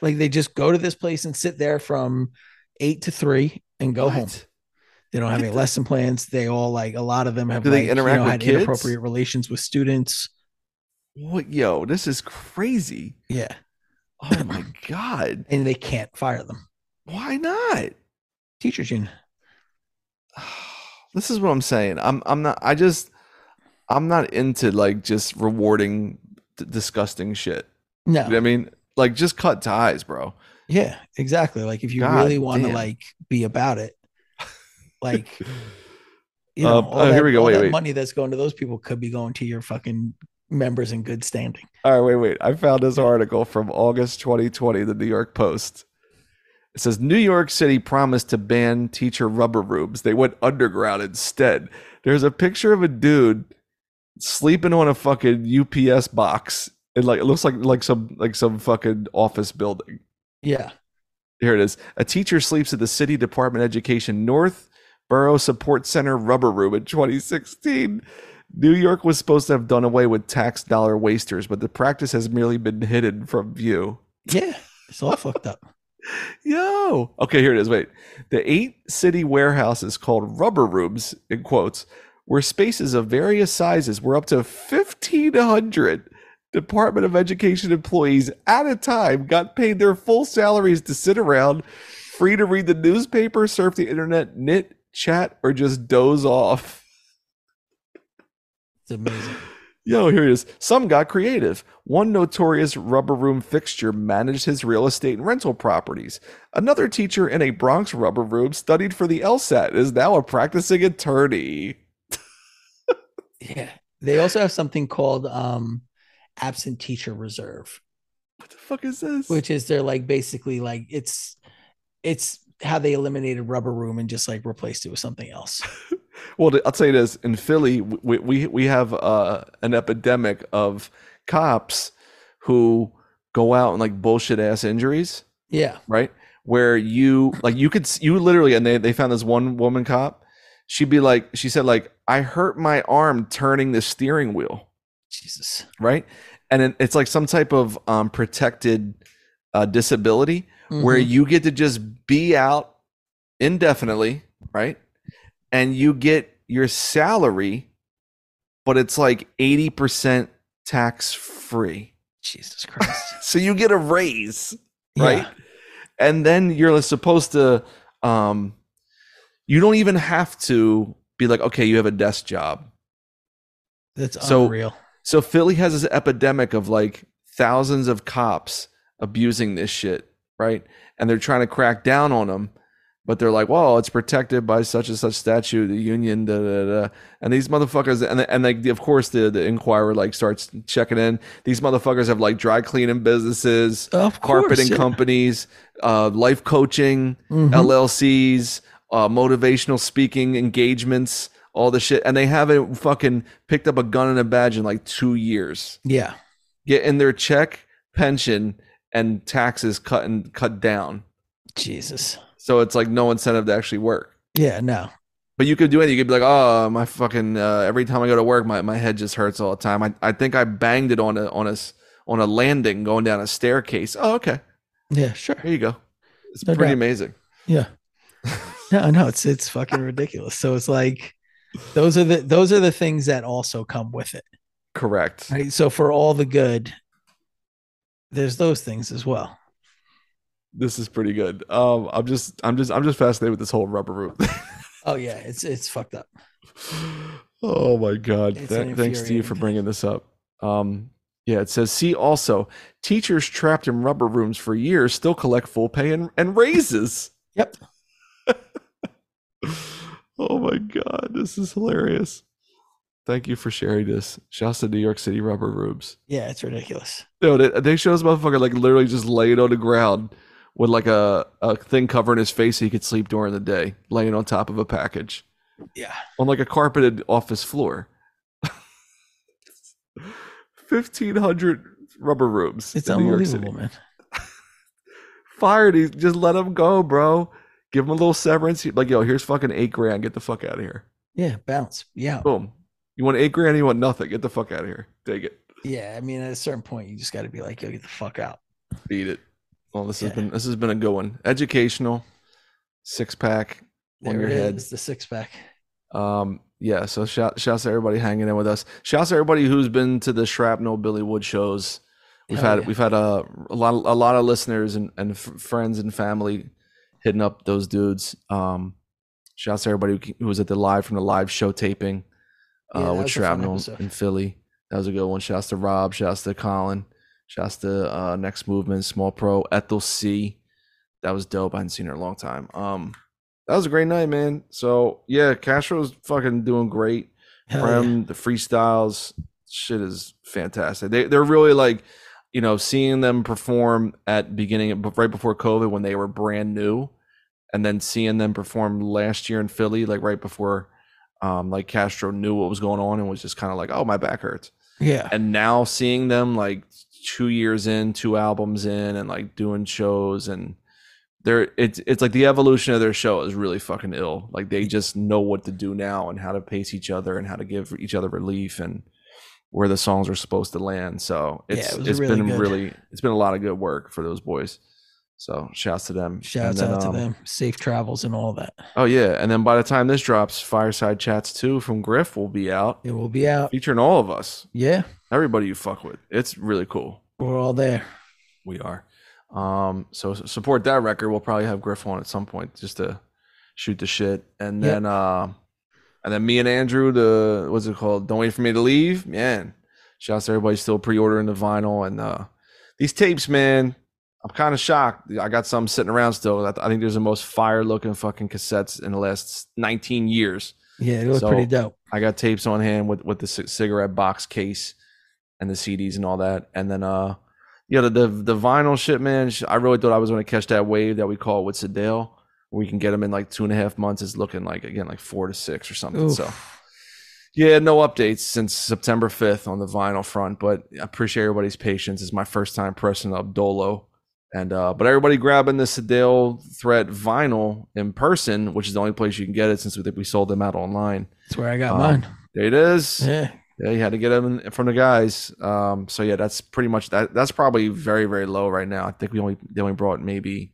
Speaker 2: Like they just go to this place and sit there from eight to three and go home.
Speaker 3: What?
Speaker 2: They don't have any lesson plans. They all like a lot of them have
Speaker 3: Do they
Speaker 2: like,
Speaker 3: interact with
Speaker 2: had
Speaker 3: kids?
Speaker 2: inappropriate relations with students.
Speaker 3: What? Yo, this is crazy.
Speaker 2: Yeah.
Speaker 3: Oh my god.
Speaker 2: And they can't fire them.
Speaker 3: Why not?
Speaker 2: Teachers union.
Speaker 3: this is what I'm saying. I'm I'm not I just I'm not into like just rewarding d- disgusting shit.
Speaker 2: No.
Speaker 3: You know what I mean? Like just cut ties, bro.
Speaker 2: Yeah, exactly. Like if you
Speaker 3: God
Speaker 2: really want to
Speaker 3: damn.
Speaker 2: like be about it, like you
Speaker 3: Uh,
Speaker 2: know, all
Speaker 3: oh,
Speaker 2: that,
Speaker 3: here we go.
Speaker 2: all
Speaker 3: Wait,
Speaker 2: that
Speaker 3: wait.
Speaker 2: money that's going to those people could be going to your fucking members in good standing.
Speaker 3: All right, wait, wait. I found this article from August 2020, the New York Post. It says New York City promised to ban teacher rubber rooms. They went underground instead. There's a picture of a dude sleeping on a fucking UPS box. It like it looks like like some like some fucking office building.
Speaker 2: Yeah.
Speaker 3: Here it is. A teacher sleeps at the City Department of Education North Borough Support Center rubber room in 2016. New York was supposed to have done away with tax dollar wasters, but the practice has merely been hidden from view.
Speaker 2: Yeah. It's all fucked up.
Speaker 3: Yo. Okay, here it is. Wait. The eight city warehouses called rubber rooms, in quotes, were spaces of various sizes were up to 1,500 Department of Education employees at a time got paid their full salaries to sit around, free to read the newspaper, surf the internet, knit, chat, or just doze off.
Speaker 2: It's amazing.
Speaker 3: Yo, Oh, here it is. Some got creative. One notorious rubber room fixture managed his real estate and rental properties. Another teacher in a Bronx rubber room studied for the LSAT and is now a practicing attorney.
Speaker 2: Yeah. They also have something called um absent teacher reserve,
Speaker 3: What the fuck is this?
Speaker 2: which is they're like basically like it's it's how they eliminated rubber room and just like replaced it with something else.
Speaker 3: well, I'll tell you this: in Philly, we we, we have uh, an epidemic of cops who go out and like bullshit ass injuries.
Speaker 2: Yeah.
Speaker 3: right? Where you like you could s- you literally and they they found this one woman cop she'd be like, she said, like, I hurt my arm turning the steering wheel,
Speaker 2: Jesus.
Speaker 3: right? And it- it's like some type of um, protected uh, disability where
Speaker 2: Mhm.
Speaker 3: you get to just be out indefinitely, right? And you get your salary, but it's like 80% tax free.
Speaker 2: Jesus Christ.
Speaker 3: So you get a raise, right?
Speaker 2: Yeah.
Speaker 3: And then you're supposed to, um, you don't even have to be like, okay, you have a desk job.
Speaker 2: That's
Speaker 3: So-
Speaker 2: unreal.
Speaker 3: So Philly has this epidemic of like thousands of cops abusing this shit, right? And they're trying to crack down on them, but they're like, "Well, it's protected by such and such statute, the union, da da da." And these motherfuckers, and and like of course the the inquirer like starts checking in. These motherfuckers have like dry cleaning businesses,
Speaker 2: Of
Speaker 3: carpeting
Speaker 2: course, yeah.
Speaker 3: companies, uh, life coaching,
Speaker 2: Mhm.
Speaker 3: LLCs, uh, motivational speaking engagements, all the shit, and they haven't fucking picked up a gun and a badge in like two years.
Speaker 2: Yeah.
Speaker 3: Getting their check, pension, and taxes cut and cut down,
Speaker 2: Jesus.
Speaker 3: so it's like no incentive to actually work.
Speaker 2: Yeah. No.
Speaker 3: But you could do anything. You could be like, oh, my fucking uh, every time I go to work, my, my head just hurts all the time. I, I think I banged it on a on a s- on a landing going down a staircase. Oh, okay,
Speaker 2: Yeah. Sure.
Speaker 3: here you go. It's
Speaker 2: No
Speaker 3: pretty
Speaker 2: doubt.
Speaker 3: amazing.
Speaker 2: Yeah. No, no, it's it's fucking ridiculous. So it's like those are the those are the things that also come with it.
Speaker 3: Correct.
Speaker 2: Right? So for all the good, there's those things as well.
Speaker 3: this is pretty good. Um, I'm just, I'm just, I'm just fascinated with this whole rubber root.
Speaker 2: Oh yeah, it's it's fucked up.
Speaker 3: oh my god!
Speaker 2: It's
Speaker 3: Tha-
Speaker 2: an
Speaker 3: thanks to you for
Speaker 2: infuriating
Speaker 3: bringing this up. Um, yeah, it says. See, also, teachers trapped in rubber rooms for years still collect full pay and, and raises.
Speaker 2: Yep.
Speaker 3: oh my god, this is hilarious. Thank you for sharing this. Shouts to New York City rubber rooms.
Speaker 2: Yeah, it's ridiculous.
Speaker 3: No, they, they show this motherfucker like literally just laying on the ground with like a, a thing covering his face so he could sleep during the day, laying on top of a package
Speaker 2: Yeah.
Speaker 3: on like a carpeted office floor. 1500 rubber rooms.
Speaker 2: It's
Speaker 3: in New York City.
Speaker 2: unbelievable, man.
Speaker 3: Fire these, just let them go, bro. Give them a little severance. Like, yo, here's fucking eight grand. Get the fuck out of here.
Speaker 2: Yeah, bounce. Yeah.
Speaker 3: Boom. You want eight grand? You want nothing? Get the fuck out of here. Take it.
Speaker 2: Yeah. I mean, at a certain point you just gotta be like, yo, get the fuck out.
Speaker 3: Beat it. Well, this
Speaker 2: Yeah.
Speaker 3: has been this has been a good one. Educational, six pack, on
Speaker 2: There
Speaker 3: your
Speaker 2: it
Speaker 3: head.
Speaker 2: is, the six pack.
Speaker 3: Um, yeah. So shout shouts to everybody hanging in with us. Shouts to everybody who's been to the Shrapnel Billy Wood shows. We've
Speaker 2: Hell
Speaker 3: had
Speaker 2: yeah.
Speaker 3: we've had a, a lot a lot of listeners and and f- friends and family hitting up those dudes. Um, shouts to everybody who ca- who was at the live from the live show taping uh,
Speaker 2: Yeah, that
Speaker 3: with
Speaker 2: was a fun
Speaker 3: Shrapnel
Speaker 2: episode.
Speaker 3: in Philly. That was a good one. Shouts to Rob. Shouts to Colin. Shouts to uh, Next Movement, Small Pro, Ethel C. That was dope. I hadn't seen her in a long time. Um, that was a great night, man. So yeah, Castro's fucking doing great.
Speaker 2: Hell yeah.
Speaker 3: Prem, the freestyles, shit is fantastic. They they're really like, you know, seeing them perform at beginning right before COVID when they were brand new, and then seeing them perform last year in Philly, like right before, um, like Castro knew what was going on and was just kind of like, oh, my back hurts
Speaker 2: Yeah.
Speaker 3: and now seeing them like two years in two albums in and like doing shows and they're it's it's like the evolution of their show is really fucking ill like they just know what to do now and how to pace each other and how to give each other relief and where the songs are supposed to land so
Speaker 2: Yeah,
Speaker 3: it's
Speaker 2: it
Speaker 3: it
Speaker 2: was
Speaker 3: has
Speaker 2: really
Speaker 3: been
Speaker 2: good.
Speaker 3: really it's been a lot of good work for those boys so shouts to them
Speaker 2: Shouts
Speaker 3: And then,
Speaker 2: out to
Speaker 3: um,
Speaker 2: them. Safe travels and all that.
Speaker 3: oh yeah and then by the time this drops fireside chats 2 from griff will be out
Speaker 2: It will be out.
Speaker 3: featuring all of us
Speaker 2: Yeah.
Speaker 3: everybody you fuck with it's really cool
Speaker 2: We're all there.
Speaker 3: We are. Um, so s- support that record. We'll probably have Griff on at some point just to shoot the shit. And
Speaker 2: Yep.
Speaker 3: then uh and then me and Andrew, the what's it called? Don't wait for me to leave. Man. Shouts to everybody still pre-ordering the vinyl and uh these tapes, man. I'm kind of shocked. I got some sitting around still. I, th- I think there's the most fire looking fucking cassettes in the last 19 years.
Speaker 2: Yeah, it looked
Speaker 3: So-
Speaker 2: pretty dope.
Speaker 3: I got tapes on hand with with the c- cigarette box case and the CDs and all that, and then uh, yeah, the the, the vinyl shit, man. sh- I really thought I was going to catch that wave that we call it with Sedale. We can get them in like two and a half months. It's looking like again like four to six or something.
Speaker 2: Oof.
Speaker 3: So yeah, no updates since September fifth on the vinyl front, but I appreciate everybody's patience. It's my first time pressing up Dolo And uh, but everybody grabbing the Sedale Threat vinyl in person, which is the only place you can get it since we think we sold them out online.
Speaker 2: That's where I got
Speaker 3: Um,
Speaker 2: mine.
Speaker 3: There it is.
Speaker 2: Yeah.
Speaker 3: Yeah, you had to get them in- from the guys. Um, so yeah, that's pretty much that. That's probably very very low right now. I think we only they only brought maybe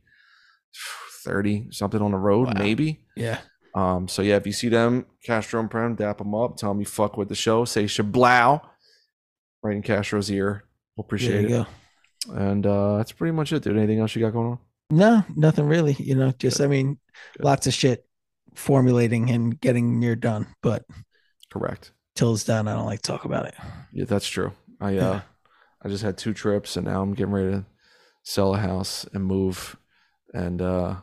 Speaker 3: thirty something on the road,
Speaker 2: Wow.
Speaker 3: maybe.
Speaker 2: Yeah.
Speaker 3: Um, so yeah, if you see them, Castro and Prem, dap them up, tell them you fuck with the show, say shablow, right in Castro's ear. We'll
Speaker 2: There
Speaker 3: appreciate
Speaker 2: you go.
Speaker 3: it. And uh, that's pretty much it, dude. Anything else you got going on?
Speaker 2: No, nothing really. You know, just I mean,
Speaker 3: Good.
Speaker 2: lots of shit formulating and getting near done. But
Speaker 3: Correct.
Speaker 2: till it's done, I don't like to talk about it.
Speaker 3: Yeah, that's true. I uh,
Speaker 2: Yeah.
Speaker 3: I just had two trips, and now I'm getting ready to sell a house and move, and uh,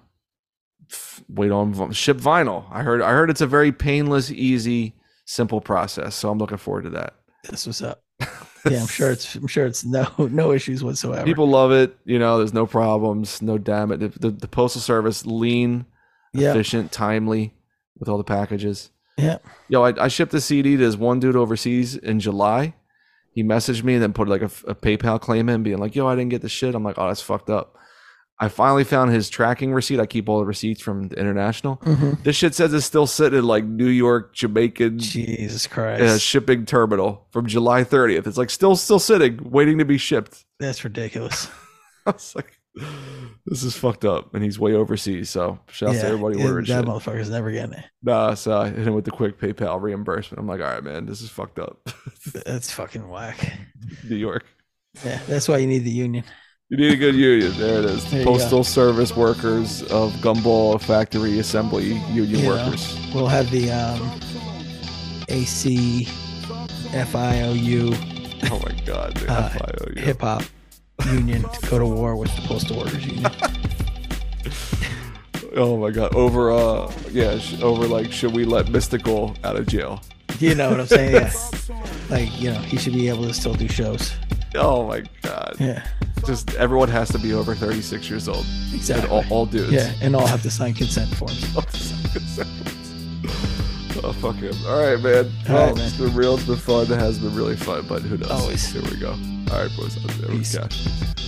Speaker 3: f- wait on vi- ship vinyl. I heard I heard it's a very painless, easy, simple process. So I'm looking forward to that.
Speaker 2: This was up. Yeah, I'm sure it's I'm sure it's no no issues whatsoever.
Speaker 3: People love it. You know, there's no problems, no damage. The, the, the postal service lean,
Speaker 2: yeah,
Speaker 3: efficient, timely with all the packages.
Speaker 2: Yeah.
Speaker 3: Yo, I, I shipped a CD to this one dude overseas in July. He messaged me and then put like a, f- a PayPal claim in, being like, "Yo, I didn't get the shit." I'm like, "Oh, that's fucked up." I finally found his tracking receipt. I keep all the receipts from the international.
Speaker 2: Mhm.
Speaker 3: This shit says it's still sitting in like New York, Jamaican
Speaker 2: Jesus
Speaker 3: uh,
Speaker 2: Christ,
Speaker 3: shipping terminal from July 30th. It's like still still sitting, waiting to be shipped.
Speaker 2: that's ridiculous.
Speaker 3: I was like, this is fucked up. And he's way overseas. So shout out
Speaker 2: yeah,
Speaker 3: to everybody
Speaker 2: yeah,
Speaker 3: ordering
Speaker 2: that
Speaker 3: shit.
Speaker 2: motherfucker's never getting it.
Speaker 3: Nah, so I hit him with the quick PayPal reimbursement. I'm like, all right, man, this is fucked up.
Speaker 2: That's fucking whack.
Speaker 3: New York.
Speaker 2: Yeah, that's why you need the union.
Speaker 3: You need a good union. There it is.
Speaker 2: There you go.
Speaker 3: Postal Service Workers of Gumball Factory Assembly Union
Speaker 2: Yeah.
Speaker 3: Workers.
Speaker 2: We'll have the um, A C F I O U
Speaker 3: Oh my God, dude.
Speaker 2: Uh,
Speaker 3: FIO, yeah.
Speaker 2: hip hop union to go to war with the postal workers union.
Speaker 3: Oh my God. Over, uh, yeah, sh- over like, should we let Mystical out of jail?
Speaker 2: You know what I'm saying? Yeah. Like, you know, he should be able to still do shows.
Speaker 3: Oh my God.
Speaker 2: Yeah.
Speaker 3: Just everyone has to be over 36 years old.
Speaker 2: Exactly.
Speaker 3: All, all dudes.
Speaker 2: yeah, and all have to sign consent forms.
Speaker 3: Oh fuck him! All right, man.
Speaker 2: All
Speaker 3: Well,
Speaker 2: right, man.
Speaker 3: It's been real. It's been fun. It has been really fun, but who knows?
Speaker 2: Always.
Speaker 3: Here we go. All right, boys. I'm- I'm
Speaker 2: Peace.
Speaker 3: Cash.